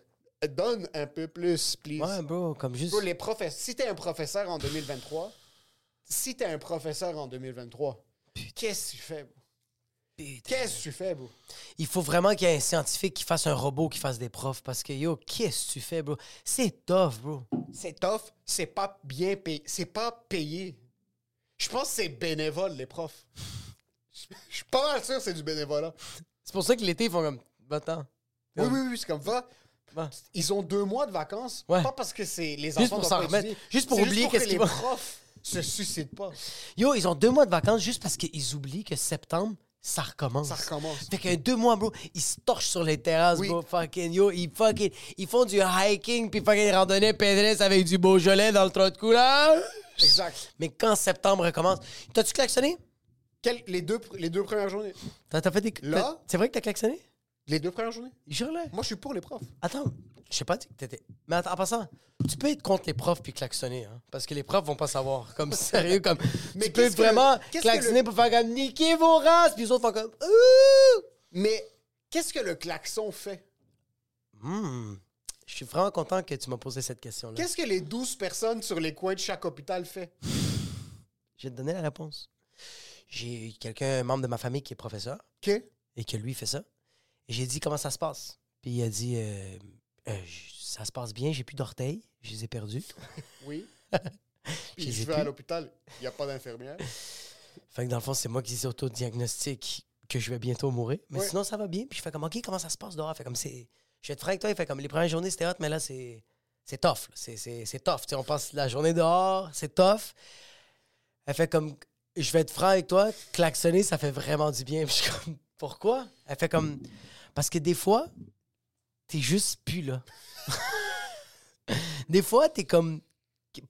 donne un peu plus, please.
Ouais, bro, comme juste.
Bro, les professe- si t'es un professeur en 2023, si t'es un professeur en 2023, qu'est-ce que tu fais, bro? Qu'est-ce que tu fais, bro?
Il faut vraiment qu'il y ait un scientifique qui fasse un robot qui fasse des profs parce que, yo, qu'est-ce que tu fais, bro? C'est tough, bro.
C'est tough, c'est pas bien payé, c'est pas payé. Je pense que c'est bénévole, les profs. Je je suis pas mal sûr que c'est du bénévolat.
C'est pour ça que l'été, ils font comme, va-t'en.
Oui, oui, oui, c'est comme va.
Va.
Ils ont deux mois de vacances,
Ouais.
pas parce que c'est les enfants
Juste pour
doivent
s'en
pas
remettre,
étudier.
juste pour
C'est
oublier
que
qu'est-ce
les
qui va-
profs se suicident pas.
Yo, ils ont deux mois de vacances juste parce qu'ils oublient que septembre, ça recommence.
Ça recommence.
Fait que deux mois, bro, ils se torchent sur les terrasses,
Oui.
bro. Fucking, yo, ils fucking. Ils font du hiking puis fucking randonnée pédresse avec du Beaujolais dans le trot de couleur.
Exact.
Mais quand septembre recommence. T'as-tu klaxonné?
Quel- les, deux, les deux premières journées.
T'as t'as fait des.
Là?
t'as- C'est vrai que t'as klaxonné?
Les deux premières journées.
Jure-le.
Moi, je suis pour les profs.
Attends, je sais pas dit que t'étais. Mais attends, en passant, tu peux être contre les profs puis klaxonner, hein? Parce que les profs vont pas savoir. Comme <laughs> sérieux, comme.
Mais
tu peux
qu'est-ce que le-
vraiment
qu'est-ce que le-
klaxonner pour faire comme niquer vos races, puis les autres font comme. Ouh!
Mais qu'est-ce que le klaxon fait?
Hmm. Je suis vraiment content que tu m'as posé cette question-là.
Qu'est-ce que les 12 personnes sur les coins de chaque hôpital fait?
Je vais te donner la réponse. J'ai quelqu'un, un membre de ma famille qui est professeur
OK.
et que lui fait ça. Et j'ai dit comment ça se passe. Puis il a dit euh, Euh, j- ça se passe bien, j'ai plus d'orteils, je les ai perdus. <laughs>
Oui.
Je
Puis
les ai
je vais à
plus.
l'hôpital, il n'y a pas d'infirmière.
Fait que dans le fond, c'est moi qui auto-diagnostique que je vais bientôt mourir. Mais
Ouais.
sinon, ça va bien. Puis je fais comme, OK, comment ça se passe dehors? Fait comme, c'est. Je vais être franc avec toi. Il fait comme, les premières journées, c'était hot, mais là, c'est. C'est tough. là. C'est, c'est, c'est tough. Tu sais, on passe la journée dehors, c'est tough. Elle fait comme, je vais être franc avec toi, klaxonner, ça fait vraiment du bien. <laughs> Puis je suis comme, pourquoi? Elle fait comme, parce que des fois, t'es juste plus là. <laughs> des fois, t'es comme,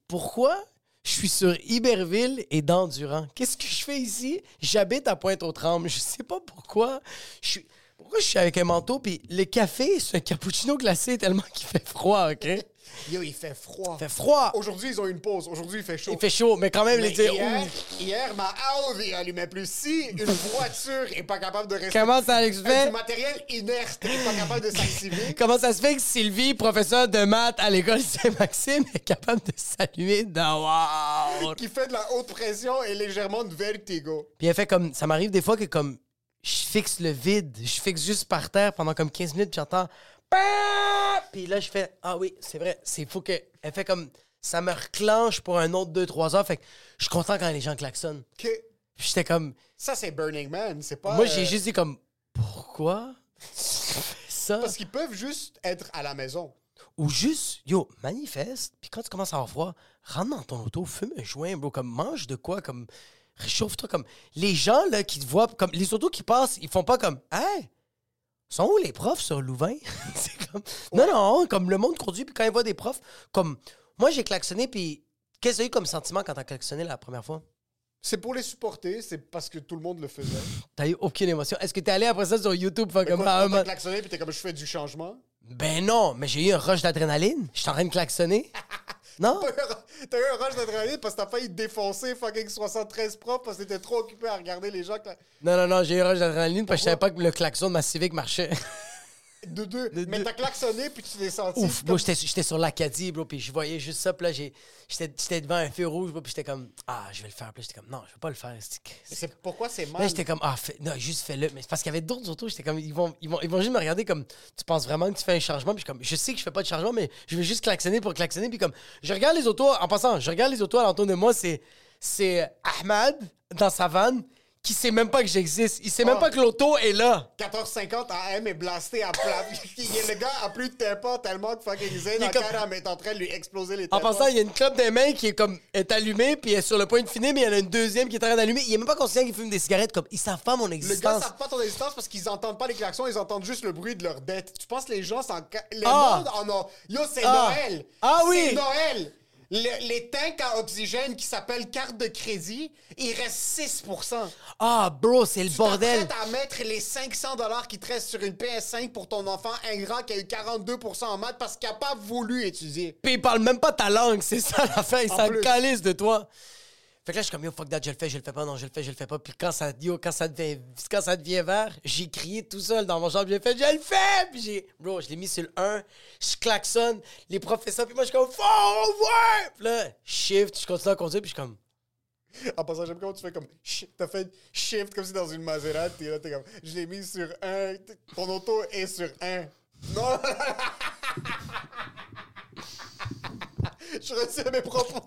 pourquoi je suis sur Iberville et d'Endurant? Qu'est-ce que je fais ici? J'habite à Pointe-aux-Trembles. Je sais pas pourquoi. Je suis... Pourquoi je suis avec un manteau? Puis le café, c'est un cappuccino glacé tellement qu'il fait froid, OK? Il
Yo, il fait froid.
fait froid.
Aujourd'hui, ils ont une pause. Aujourd'hui, il fait chaud.
Il fait chaud, mais quand même,
Mais
les dire,
hier,
ouh,
hier, ma Audi allumait plus. Si
<laughs>
une voiture est pas capable de rester...
comment ça se
du
fait?
matériel inerte est pas capable de
<laughs>
s'activer.
Comment ça se fait que Sylvie, professeure de maths à l'école Saint-Maxime, est capable de s'allumer dehors?
qui fait de la haute pression et légèrement de vertigo.
Puis elle fait comme. Ça m'arrive des fois que comme. Je fixe le vide. Je fixe juste par terre pendant comme 15 minutes. Puis j'entends. Pap Puis là, je fais. Ah oui, c'est vrai. C'est fou que. Elle fait comme. Ça me reclenche pour un autre 2-3 heures. Fait que je suis content quand les gens klaxonnent.
OK.
Puis j'étais comme.
Ça, c'est Burning Man. C'est pas...
Moi,
euh,
j'ai juste dit comme. Pourquoi tu fais ça?
Parce qu'ils peuvent juste être à la maison.
Ou juste, yo, manifeste. Puis quand tu commences à avoir froid, rentre dans ton auto, fume un joint, bro. Comme, mange de quoi, comme, réchauffe-toi. Comme, les gens, là, qui te voient, comme, les autos qui passent, ils font pas comme, hey, sont où les profs sur Louvain? <laughs> C'est comme, non, non, comme le monde conduit, puis quand ils voient des profs, comme, moi, j'ai klaxonné, puis qu'est-ce que t'as eu comme sentiment quand t'as klaxonné la première fois?
C'est pour les supporter, c'est parce que tout le monde
<laughs>
le faisait.
T'as eu aucune émotion. Est-ce que t'es allé après ça sur YouTube, faire
Comme
comme,
quoi,
Ah,
t'as
man.
klaxonné, puis t'es comme, je fais du changement. <laughs>
ben non, mais j'ai eu un rush d'adrénaline. Je suis en train de
<laughs>
klaxonner. Non?
T'as eu un rush d'adrénaline parce que t'as failli défoncer fucking 73 profs parce que t'étais trop occupé à regarder les gens. cla- <laughs>
Non, non, non, j'ai eu un rush d'adrénaline parce que je savais pas que le klaxon de ma Civic marchait.
De deux. Mais t'as klaxonné, puis tu l'es senti.
Ouf,
puis
moi, j'étais j'étais sur l'Acadie, bro, puis je voyais juste ça, puis là, j'ai- j'étais j'étais devant un feu rouge, bro, puis j'étais comme, ah, je vais le faire, puis là, j'étais comme, non, je vais pas le faire. c'est-
comme- C'est pourquoi c'est mal.
Là, j'étais comme, ah, fais- non, juste fais-le. Mais c'est parce qu'il y avait d'autres autos, j'étais comme, ils vont, ils, vont, ils vont juste me regarder comme, tu penses vraiment que tu fais un changement? Puis je suis comme, je sais que je fais pas de changement, mais je vais juste klaxonner pour klaxonner. Puis comme, je regarde les autos, en passant, je regarde les autos alentour de moi, c'est, c'est Ahmad dans sa vanne qui sait même pas que j'existe. Il sait même
Ah.
pas que l'auto est là.
14,50 AM est blasté à plat. <laughs> Il est- le gars a plus de tympan tellement que fucking Zayn
Il est
en
comme-
caram est en train de lui exploser les
En
tympans.
passant, il y a une clope des mains qui est comme est allumée puis elle est sur le point de finir, mais il y en a une deuxième qui est en train d'allumer. Il est même pas conscient qu'il fume des cigarettes comme ils savent pas mon
Le gars
existence.
savent pas ton existence parce qu'ils entendent pas les klaxons, ils entendent juste le bruit de leur dette. Tu penses les gens s'en... ca- Le
Ah.
monde en a... Yo, c'est
Ah.
Noël!
Ah oui.
C'est Noël! Le- les tanks à oxygène qui s'appellent carte de crédit, il reste 6%.
Ah bro, c'est le bordel.
T'es à mettre les 500 dollars qui te restent sur une PS5 pour ton enfant ingrat qui a eu 42% en maths parce qu'il a pas voulu étudier.
Puis ils parlent même pas ta langue, c'est ça la fin, ils
En
s'en
plus.
calissent de toi. Fait que là, je suis comme, yo, fuck that, je le fais, je le fais pas, non, je le fais, je le fais pas. Puis quand ça, yo, quand ça, devient, quand ça devient vert, j'ai crié tout seul dans mon chambre, j'ai fait, je le fais! Puis j'ai, bro, je l'ai mis sur le 1, je klaxonne, les professeurs, puis moi, je suis comme, faut, ouais! Puis là, shift, je continue à conduire, puis je suis comme,
En passant, j'aime comment tu fais comme. shi- T'as fait shift comme si dans une Maserati. Là, t'es comme. Je l'ai mis sur un. t- Ton auto est sur un.
<laughs>
Non! Je retiens mes propos.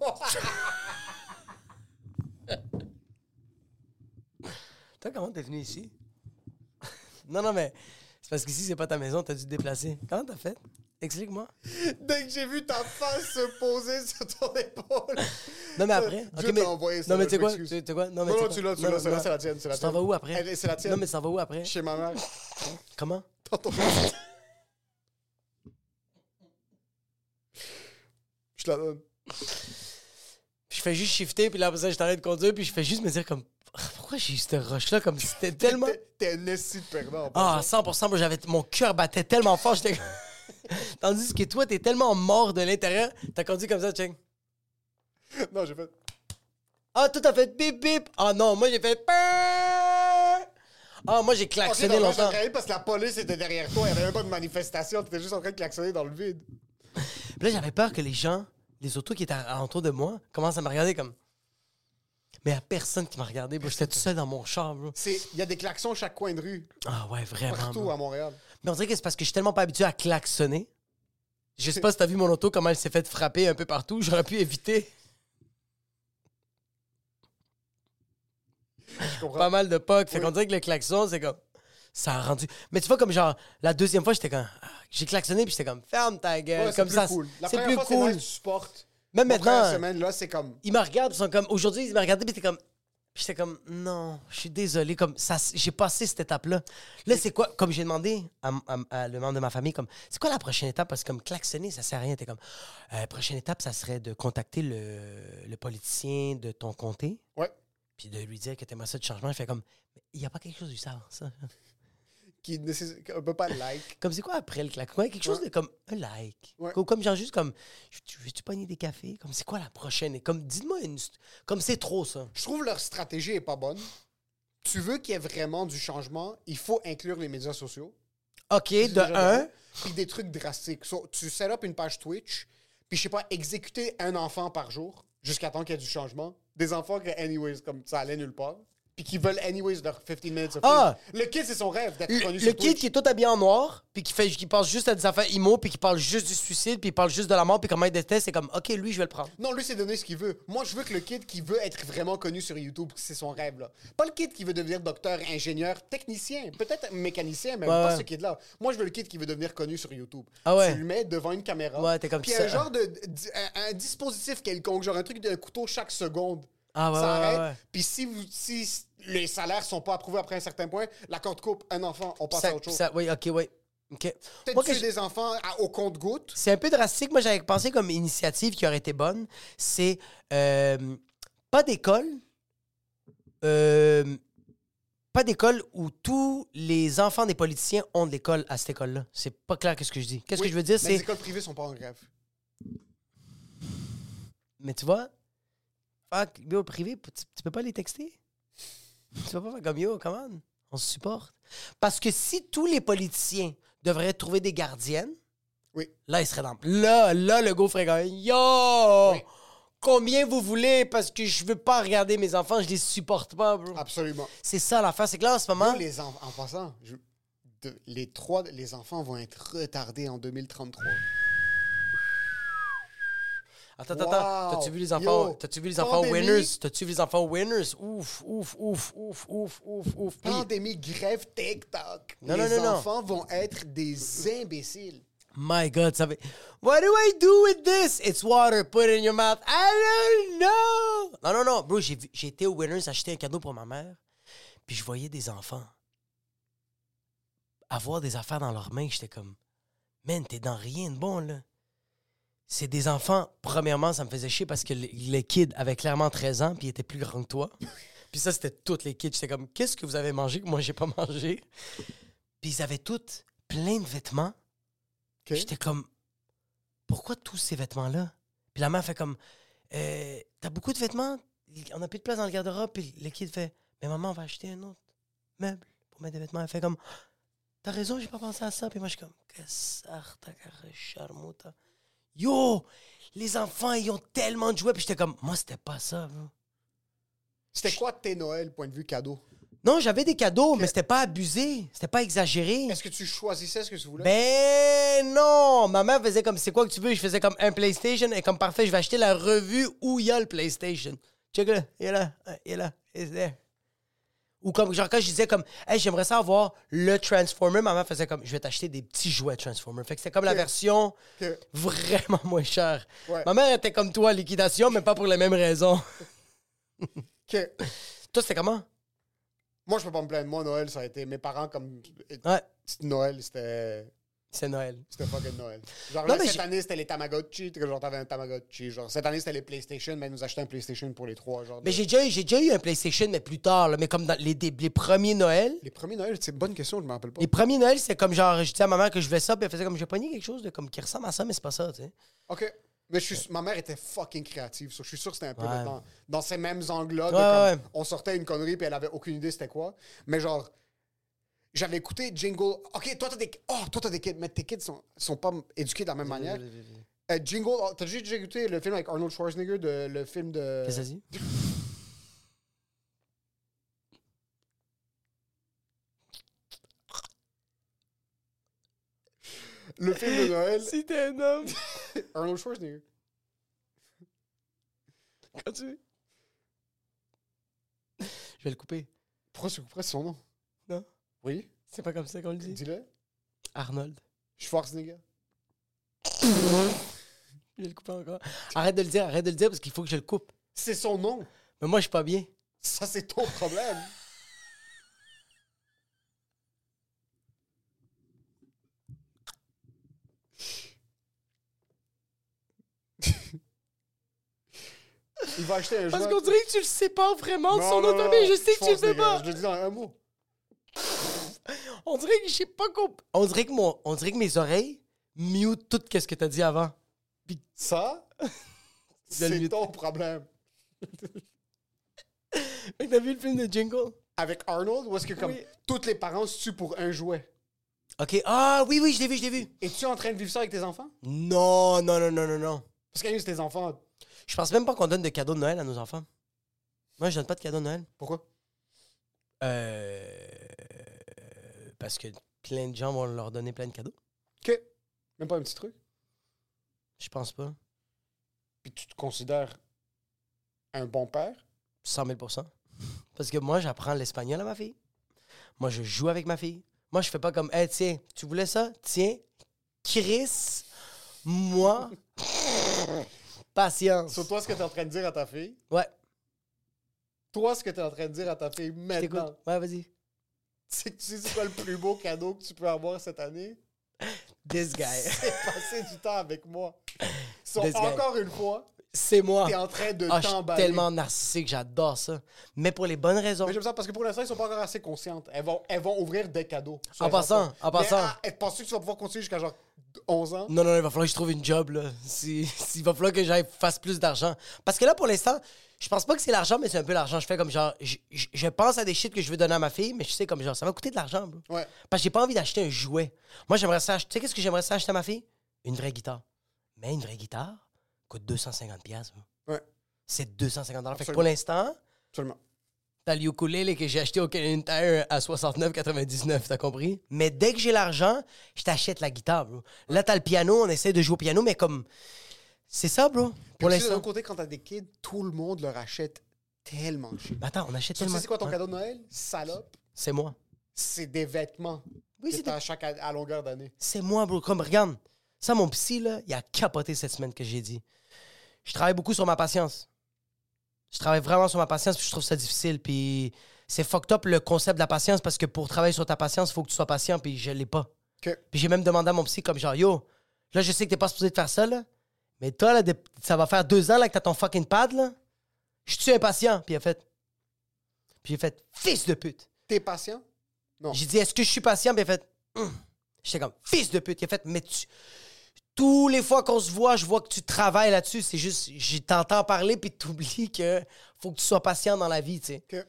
Toi, comment t'es venu ici? <laughs> non, non, mais c'est parce qu'ici, c'est pas ta maison, t'as dû te déplacer. Comment t'as fait? Explique-moi.
Dès que j'ai vu ta face se poser sur ton épaule.
Non, mais après.
Dieu
ok, mais-
t'a envoyé ça,
Non, mais
je
tu sais quoi?
m'excuse.
Tu sais quoi? Non, mais sais
Non, non,
quoi?
tu l'as, tu
Non,
l'as,
non,
celle-là,
non.
c'est la tienne, c'est la
Tu t'en
tienne.
vas où après?
Elle- c'est la tienne.
Non, mais tu t'en vas où après?
Chez ma mère.
Comment?
Dans ton- Je te la donne.
Je fais juste shifter, puis là, après ça, je t'arrête de conduire, puis je fais juste me dire comme. Ah, Pourquoi j'ai eu ce rush-là comme si c'était tellement.
T'es- T'es un esti de perdant. en
Ah, 100%, moi, j'avais. Mon cœur battait tellement fort, j'étais. <laughs> Tandis que toi, t'es tellement mort de l'intérieur, t'as conduit comme ça, check.
plus. Non, j'ai fait.
Ah, tout à fait bip bip. Ah non, moi j'ai fait. purr. Ah, moi j'ai
Ensuite,
klaxonné
en fait,
longtemps.
t'as crié parce que la police était derrière toi. Il n'y avait même pas de manifestation. T'étais juste en train de klaxonner dans le vide.
Puis là, j'avais peur que les gens, les autos qui étaient autour de moi, commencent à me regarder comme. Mais y a personne qui m'a regardé, bro. J'étais tout seul dans mon char, bro.
C'est- Il y a des klaxons à chaque coin de rue,
Ah ouais, vraiment.
partout
bro.
à Montréal.
Mais on dirait que c'est parce que je suis tellement pas habitué à klaxonner. Je sais pas si t'as vu mon auto, comment elle s'est faite frapper un peu partout. J'aurais pu éviter
Je comprends.
pas mal de pocs. Fait qu'on dirait que le klaxon, c'est comme. Ça a rendu. Mais tu vois, comme genre, la deuxième fois, j'étais comme. ah, J'ai klaxonné, puis j'étais comme, ferme ta gueule.
Ouais, c'est
Euh, comme
plus
ça.
cool. La
C'est
première
plus
fois, c'est
cool.
nice, tu supportes.
Même
La première
maintenant.
semaine, là, c'est comme.
ils me regardent, ils sont comme aujourd'hui, ils me regardaient, puis t'es comme puis j'étais comme non, je suis désolé comme ça j'ai passé cette étape là. Là c'est quoi comme j'ai demandé à, à- à le membre de ma famille comme c'est quoi la prochaine étape parce que comme klaxonner ça sert à rien, t'es comme Euh, prochaine étape ça serait de contacter le, le politicien de ton comté
Ouais.
puis de lui dire que t'aimerais ça de changement, il fait comme il y a pas quelque chose du savoir ça. <laughs>
Qui nécessite un peu pas de like.
Comme c'est quoi après le claquement? Quelque chose de comme un like.
Ouais.
Comme, comme genre juste comme veux-tu veux-tu pogner des cafés? Comme c'est quoi la prochaine? Et Comme dites-moi une comme c'est trop ça.
Je trouve leur stratégie est pas bonne. Tu veux qu'il y ait vraiment du changement, il faut inclure les médias sociaux.
OK, de
déjà
un.
donné, Puis des trucs drastiques. So, tu set up une page Twitch, puis je sais pas, exécuter un enfant par jour jusqu'à temps qu'il y ait du changement. Des enfants que, anyways, comme ça allait nulle part. Puis qui veulent, anyways, leur 15 minutes of
Ah!
fame. Le kid, c'est son rêve d'être
Le,
connu
le
sur
kid
Twitch.
qui est tout habillé en noir, puis qui, fait, qui parle juste à des affaires immo, puis qui parle juste du suicide, puis il parle juste de la mort, puis comment il déteste, c'est comme, OK, lui, je vais le prendre.
Non, lui, c'est donner ce qu'il veut. Moi, je veux que le kid qui veut être vraiment connu sur YouTube, c'est son rêve, là. Pas le kid qui veut devenir docteur, ingénieur, technicien, peut-être mécanicien, mais pas
ouais.
ce kid-là. Moi, je veux le kid qui veut devenir connu sur YouTube.
Ah ouais.
Tu le mets devant une caméra.
Ouais, t'es comme
Puis
ça.
un genre de... di- Un, un dispositif quelconque, genre un truc d'un couteau chaque seconde.
Ah ouais,
Ça
ouais,
arrête.
ouais, ouais.
Puis si, vous, si les salaires sont pas approuvés après un certain point, la corde coupe, un enfant, on passe
Ça-
à autre chose.
ça- oui, OK, oui. OK. Moi,
Peut-être
que
tuer
je-
des enfants à- au compte-gouttes.
C'est un peu drastique. Moi, j'avais pensé comme initiative qui aurait été bonne, c'est euh, pas d'école, euh, pas d'école où tous les enfants des politiciens ont de l'école à cette école-là. C'est pas clair qu'est-ce que je dis. Qu'est-ce que je veux dire,
Mais les
c'est...
écoles privées sont pas en grève.
Mais tu vois, fuck, yo, privé, p- tu, tu peux pas les texter? Tu peux pas faire comme yo, come on, on se supporte. Parce que si tous les politiciens devrait trouver des gardiennes.
Oui.
Là, il serait dans. Là, là, le go ferait comme, Yo!
Oui.
Combien vous voulez parce que je veux pas regarder mes enfants, je les supporte pas, bro.
Absolument.
C'est ça l'affaire, c'est que là en ce moment.
Nous, Ah. les en, en passant, je- de- les trois, les enfants vont être retardés en 2033.
Attends, attends, attends.
Wow.
T'as-tu vu les enfants,
Yo.
t'as-tu vu les enfants
Pandémie.
winners? T'as-tu vu les enfants winners? Ouf, ouf, ouf, ouf, ouf, ouf, ouf. Puis,
Pandémie, grève, TikTok.
Non,
les
non, non, non.
enfants vont être des imbéciles.
my God, ça fait. What do I do with this? It's water, put it in your mouth. I don't know. Non, non, non, bro, j'ai vu- j'ai été au winners acheter un cadeau pour ma mère, puis je voyais des enfants avoir des affaires dans leurs mains. J'étais comme, man, t'es dans rien de bon là. C'est des enfants. Premièrement, ça me faisait chier parce que le, le kid avait clairement 13 ans puis il était plus grand que toi. Puis ça, c'était toutes les kids. J'étais comme, qu'est-ce que vous avez mangé que moi, j'ai pas mangé? Puis ils avaient toutes plein de vêtements. J'étais comme, pourquoi tous ces vêtements-là? Puis la mère fait comme, Euh, t'as beaucoup de vêtements? On a plus de place dans le garde-robe. Puis le kid fait, mais maman, on va acheter un autre meuble pour mettre des vêtements. Elle fait comme, t'as raison, j'ai pas pensé à ça. Puis moi, je suis comme, Casarta, charmuta. Yo, les enfants, ils ont tellement de jouets. Puis j'étais comme, moi, c'était pas ça. bro.
C'était quoi tes Noël, point de vue cadeau?
Non, j'avais des cadeaux, mais c'était pas abusé. C'était pas exagéré.
Est-ce que tu choisissais ce que tu voulais?
Ben non! Ma mère faisait comme c'est quoi que tu veux? Je faisais comme un PlayStation et comme parfait, je vais acheter la revue où il y a le PlayStation. Check là, il est là, hein, il est là, it's there. Ou comme genre quand je disais comme Hey, j'aimerais ça avoir le Transformer, ma mère faisait comme je vais t'acheter des petits jouets Transformer. Fait que c'était comme la version
Ok.
vraiment <laughs> moins chère.
Ouais.
Ma mère était comme toi, liquidation, mais pas pour les mêmes raisons. <laughs>
Que-
toi, c'était comment?
Moi, je peux pas me plaindre. Moi, Noël, ça a été mes parents comme.
Ouais,
C'était Noël, c'était.
c'est Noël.
C'était fucking Noël. Genre,
Non,
là,
mais
cette
j'ai-
année, c'était les Tamagotchi. t'es- Genre, t'avais un Tamagotchi. Genre, cette année, c'était les PlayStation, mais ils nous achetaient un PlayStation pour les trois. Genre,
Mais
de-
j'ai déjà, eu- j'ai déjà eu un PlayStation, mais plus tard, là, mais comme dans les, dé- les premiers Noël.
Les premiers Noël, c'est une bonne question, je m'en rappelle pas.
Les premiers Noël, c'est comme genre, je disais à ma mère que je voulais ça, puis elle faisait comme, j'ai pogné quelque chose de, comme, qui ressemble à ça, mais c'est pas ça, tu sais.
OK. Mais je suis- ma mère était fucking créative. so je suis sûr que c'était un peu
Ouais.
dans, dans ces mêmes angles-là. de
Ouais,
comme,
ouais.
On sortait une connerie puis elle avait aucune idée c'était quoi. Mais genre, j'avais écouté Jingle. OK, toi, t'as des, oh, toi, t'as des kids, mais tes kids sont, sont pas éduqués de la même manière. Euh, Jingle, oh, t'as juste déjà écouté le film avec Arnold Schwarzenegger, de, le film de.
Qu'est-ce que ça <laughs> dit? <laughs>
Le film de Noël,
C'était un homme. <laughs>
Arnold Schwarzenegger.
Quand tu- Je vais le couper.
Pourquoi tu couperais son nom?
Non?
Oui?
C'est pas comme ça qu'on le dit.
Dis-le.
Arnold.
Schwarzenegger.
Je vais le couper <laughs> encore. Arrête de le dire, arrête de le dire, parce qu'il faut que je le coupe.
C'est son nom.
Mais moi, je suis pas bien.
Ça, c'est ton problème. Il va acheter un
Parce
jouet-
qu'on dirait que tu le sais pas vraiment de
Non,
son
non,
nom de
non,
famille.
non,
Je sais que tu le sais
Schwarzenegger,
pas.
Je le dis dans un mot.
On dirait que je sais pas qu'on... On dirait que mon... On dirait que mes oreilles mute tout ce que t'as dit avant. <laughs>
Ça,
le
c'est
mute.
ton problème.
Fait que T'as vu le film de Jingle?
Avec Arnold, où est-ce que comme
Oui.
tous les parents se tuent pour un jouet?
OK. Ah, oui, oui, je l'ai vu, je l'ai vu.
Es-tu en train de vivre ça avec tes enfants?
Non, non, non, non, non, non.
Parce qu'un, c'est tes enfants.
Je pense même pas qu'on donne de cadeaux de Noël à nos enfants. Moi, je donne pas de cadeaux de Noël.
Pourquoi?
Euh... Parce que plein de gens vont leur donner plein de cadeaux.
Que? Même pas un petit truc?
Je pense pas.
Puis tu te considères un bon père?
100 000 Parce que moi, j'apprends l'espagnol à ma fille. Moi, je joue avec ma fille. Moi, je fais pas comme, hey, tiens, tu voulais ça? Tiens, Chris,
<laughs>
moi, patience.
Sur toi, ce que tu es en train de dire à ta fille,
Ouais,
toi, ce que tu es en train de dire à ta fille
je t'écoute.
maintenant,
Ouais, vas-y.
c'est que tu sais c'est quoi le plus beau cadeau que tu peux avoir cette année? <laughs>
This guy.
C'est passer du temps avec moi. So,
This guy.
encore une fois,
C'est moi.
T'es en train de
ah, je suis
t'emballer.
tellement narcissique, j'adore ça. Mais pour les bonnes raisons.
mais j'aime ça parce que pour l'instant, ils sont pas encore assez conscientes. Elles vont, elles vont ouvrir des cadeaux.
En passant, en passant.
penses ah, que tu vas pouvoir continuer jusqu'à genre 11 ans?
Non, non, il va falloir que je trouve une job, là. Si, si- il va falloir que j'aille fasse plus d'argent. Parce que là, pour l'instant, je pense pas que c'est l'argent, mais c'est un peu l'argent. Je fais comme genre, je, je- je pense à des shit que je veux donner à ma fille, mais je sais comme genre, ça va coûter de l'argent, bro.
Ouais.
Parce que j'ai pas envie d'acheter un jouet. Moi, j'aimerais ça acheter. Tu sais, qu'est-ce que j'aimerais ça acheter à ma fille? Une vraie guitare. Mais une vraie guitare coûte 250$, piastres, bro.
Ouais,
C'est 250$. Fait que
Absolument.
pour l'instant,
absolument.
T'as le ukulélé que j'ai acheté au Canadian Tire à 69,99, t'as compris? Mais dès que j'ai l'argent, je t'achète la guitare, bro. Là, t'as le piano, on essaie de jouer au piano, mais comme. C'est ça, bro. Pour
Pour l'instant. De
l'instant.
l'autre côté, quand t'as des kids, tout le monde leur achète tellement cher.
Mais Attends, on achète
Ça, Tu
tellement. Hein?
sais, c'est quoi ton cadeau de Noël? Salope.
C'est moi.
C'est des vêtements.
Oui,
Oui,
c'est
c'est
des-
à chaque à longueur d'année.
C'est moi, bro. Comme, regarde. Ça, mon psy, là, il a capoté cette semaine que j'ai dit. Je travaille beaucoup sur ma patience. Je travaille vraiment sur ma patience, puis je trouve ça difficile. Puis c'est fucked up le concept de la patience, parce que pour travailler sur ta patience, il faut que tu sois patient, puis je l'ai pas.
OK.
Puis j'ai même demandé à mon psy, comme genre, yo, là, je sais que t'es pas supposé de faire ça, là. Mais toi, là, de- ça va faire deux ans, là, que t'as ton fucking pad, là. Je suis impatient. Puis il a fait. Puis j'ai fait, fils de pute.
T'es patient?
J'ai dit, est-ce que je suis patient? Puis il a fait, hum. J'étais comme, fils de pute. Il a fait, mais tu. Tous les fois qu'on se voit, je vois que tu travailles là-dessus. C'est juste, je t'entends parler, puis t'oublies que faut que tu sois patient dans la vie, tu sais.
Que...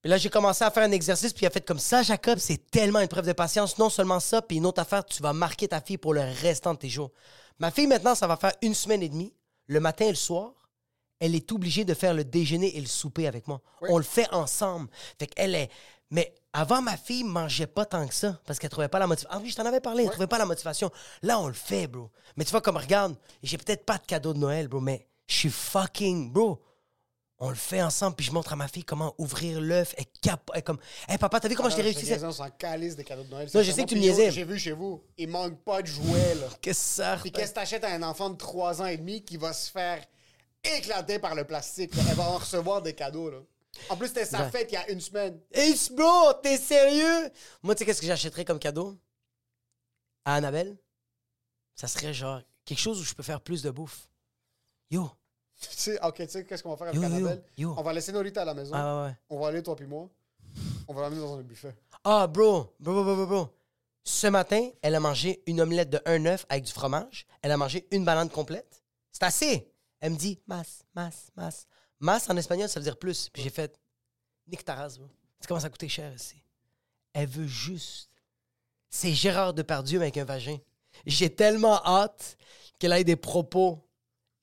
Puis là, j'ai commencé à faire un exercice, puis il a fait comme ça, Jacob, c'est tellement une preuve de patience. Non seulement ça, puis une autre affaire, tu vas marquer ta fille pour le restant de tes jours. Ma fille, maintenant, ça va faire une semaine et demie, le matin et le soir. Elle est obligée de faire le déjeuner et le souper avec moi. On le fait ensemble. Fait qu'elle est. Mais avant, ma fille mangeait pas tant que ça parce qu'elle trouvait pas la motivation. Ah oui, je t'en avais parlé, elle trouvait pas la motivation. Là, on le fait, bro. Mais tu vois, comme regarde, j'ai peut-être pas de cadeau de Noël, bro, mais je suis fucking, bro on le fait ensemble, puis je montre à ma fille comment ouvrir l'œuf. Elle cap, elle comme, hey papa, t'as vu comment je t'ai réussi ça?
On Ah, s'en calisse des cadeaux de Noël.
Non, je sais que tu me
Puis, yo,
niaisais.
J'ai vu chez vous. Il manque pas de jouets, là.
Qu'est-ce que ça?
Puis
refait?
qu'est-ce que t'achètes à un enfant de 3 ans et demi qui va se faire éclater par le plastique? là? Elle va en recevoir des cadeaux, là. En plus, c'était sa fête il y a une semaine. <laughs>
Hey, bro, t'es sérieux? Moi, tu sais, qu'est-ce que j'achèterais comme cadeau? À Annabelle? Ça serait genre quelque chose où je peux faire plus de bouffe. Yo.
Tu sais, ok, tu sais, qu'est-ce qu'on va faire
Yo,
avec
yo,
Annabelle?
yo.
On va laisser Norita à la maison.
Ah, ouais, ouais.
On va aller, toi puis moi. On va l'amener dans un buffet.
Ah, bro, bro, bro, bro, bro, bro. Ce matin, elle a mangé une omelette de un œuf avec du fromage. Elle a mangé une banane complète. C'est assez. Elle me dit masse, masse, masse. Masse en espagnol, ça veut dire plus. Puis j'ai fait Nick Taras, bro. Tu commences à coûter cher ici. Elle veut juste. C'est Gérard Depardieu mais avec un vagin. J'ai tellement hâte qu'elle ait des propos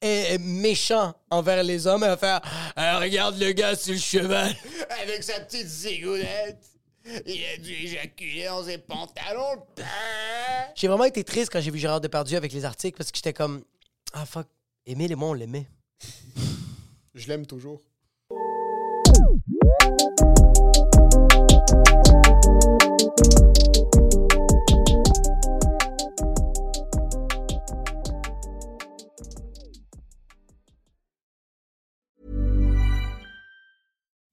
eh, méchants envers les hommes. Elle va faire Ah, Regarde le gars sur le cheval.
Avec sa petite zigounette, il a dû éjaculer dans ses pantalons.
J'ai vraiment été triste quand j'ai vu Gérard Depardieu avec les articles parce que j'étais comme Ah fuck, Émile et moi on l'aimait.
Je l'aime toujours.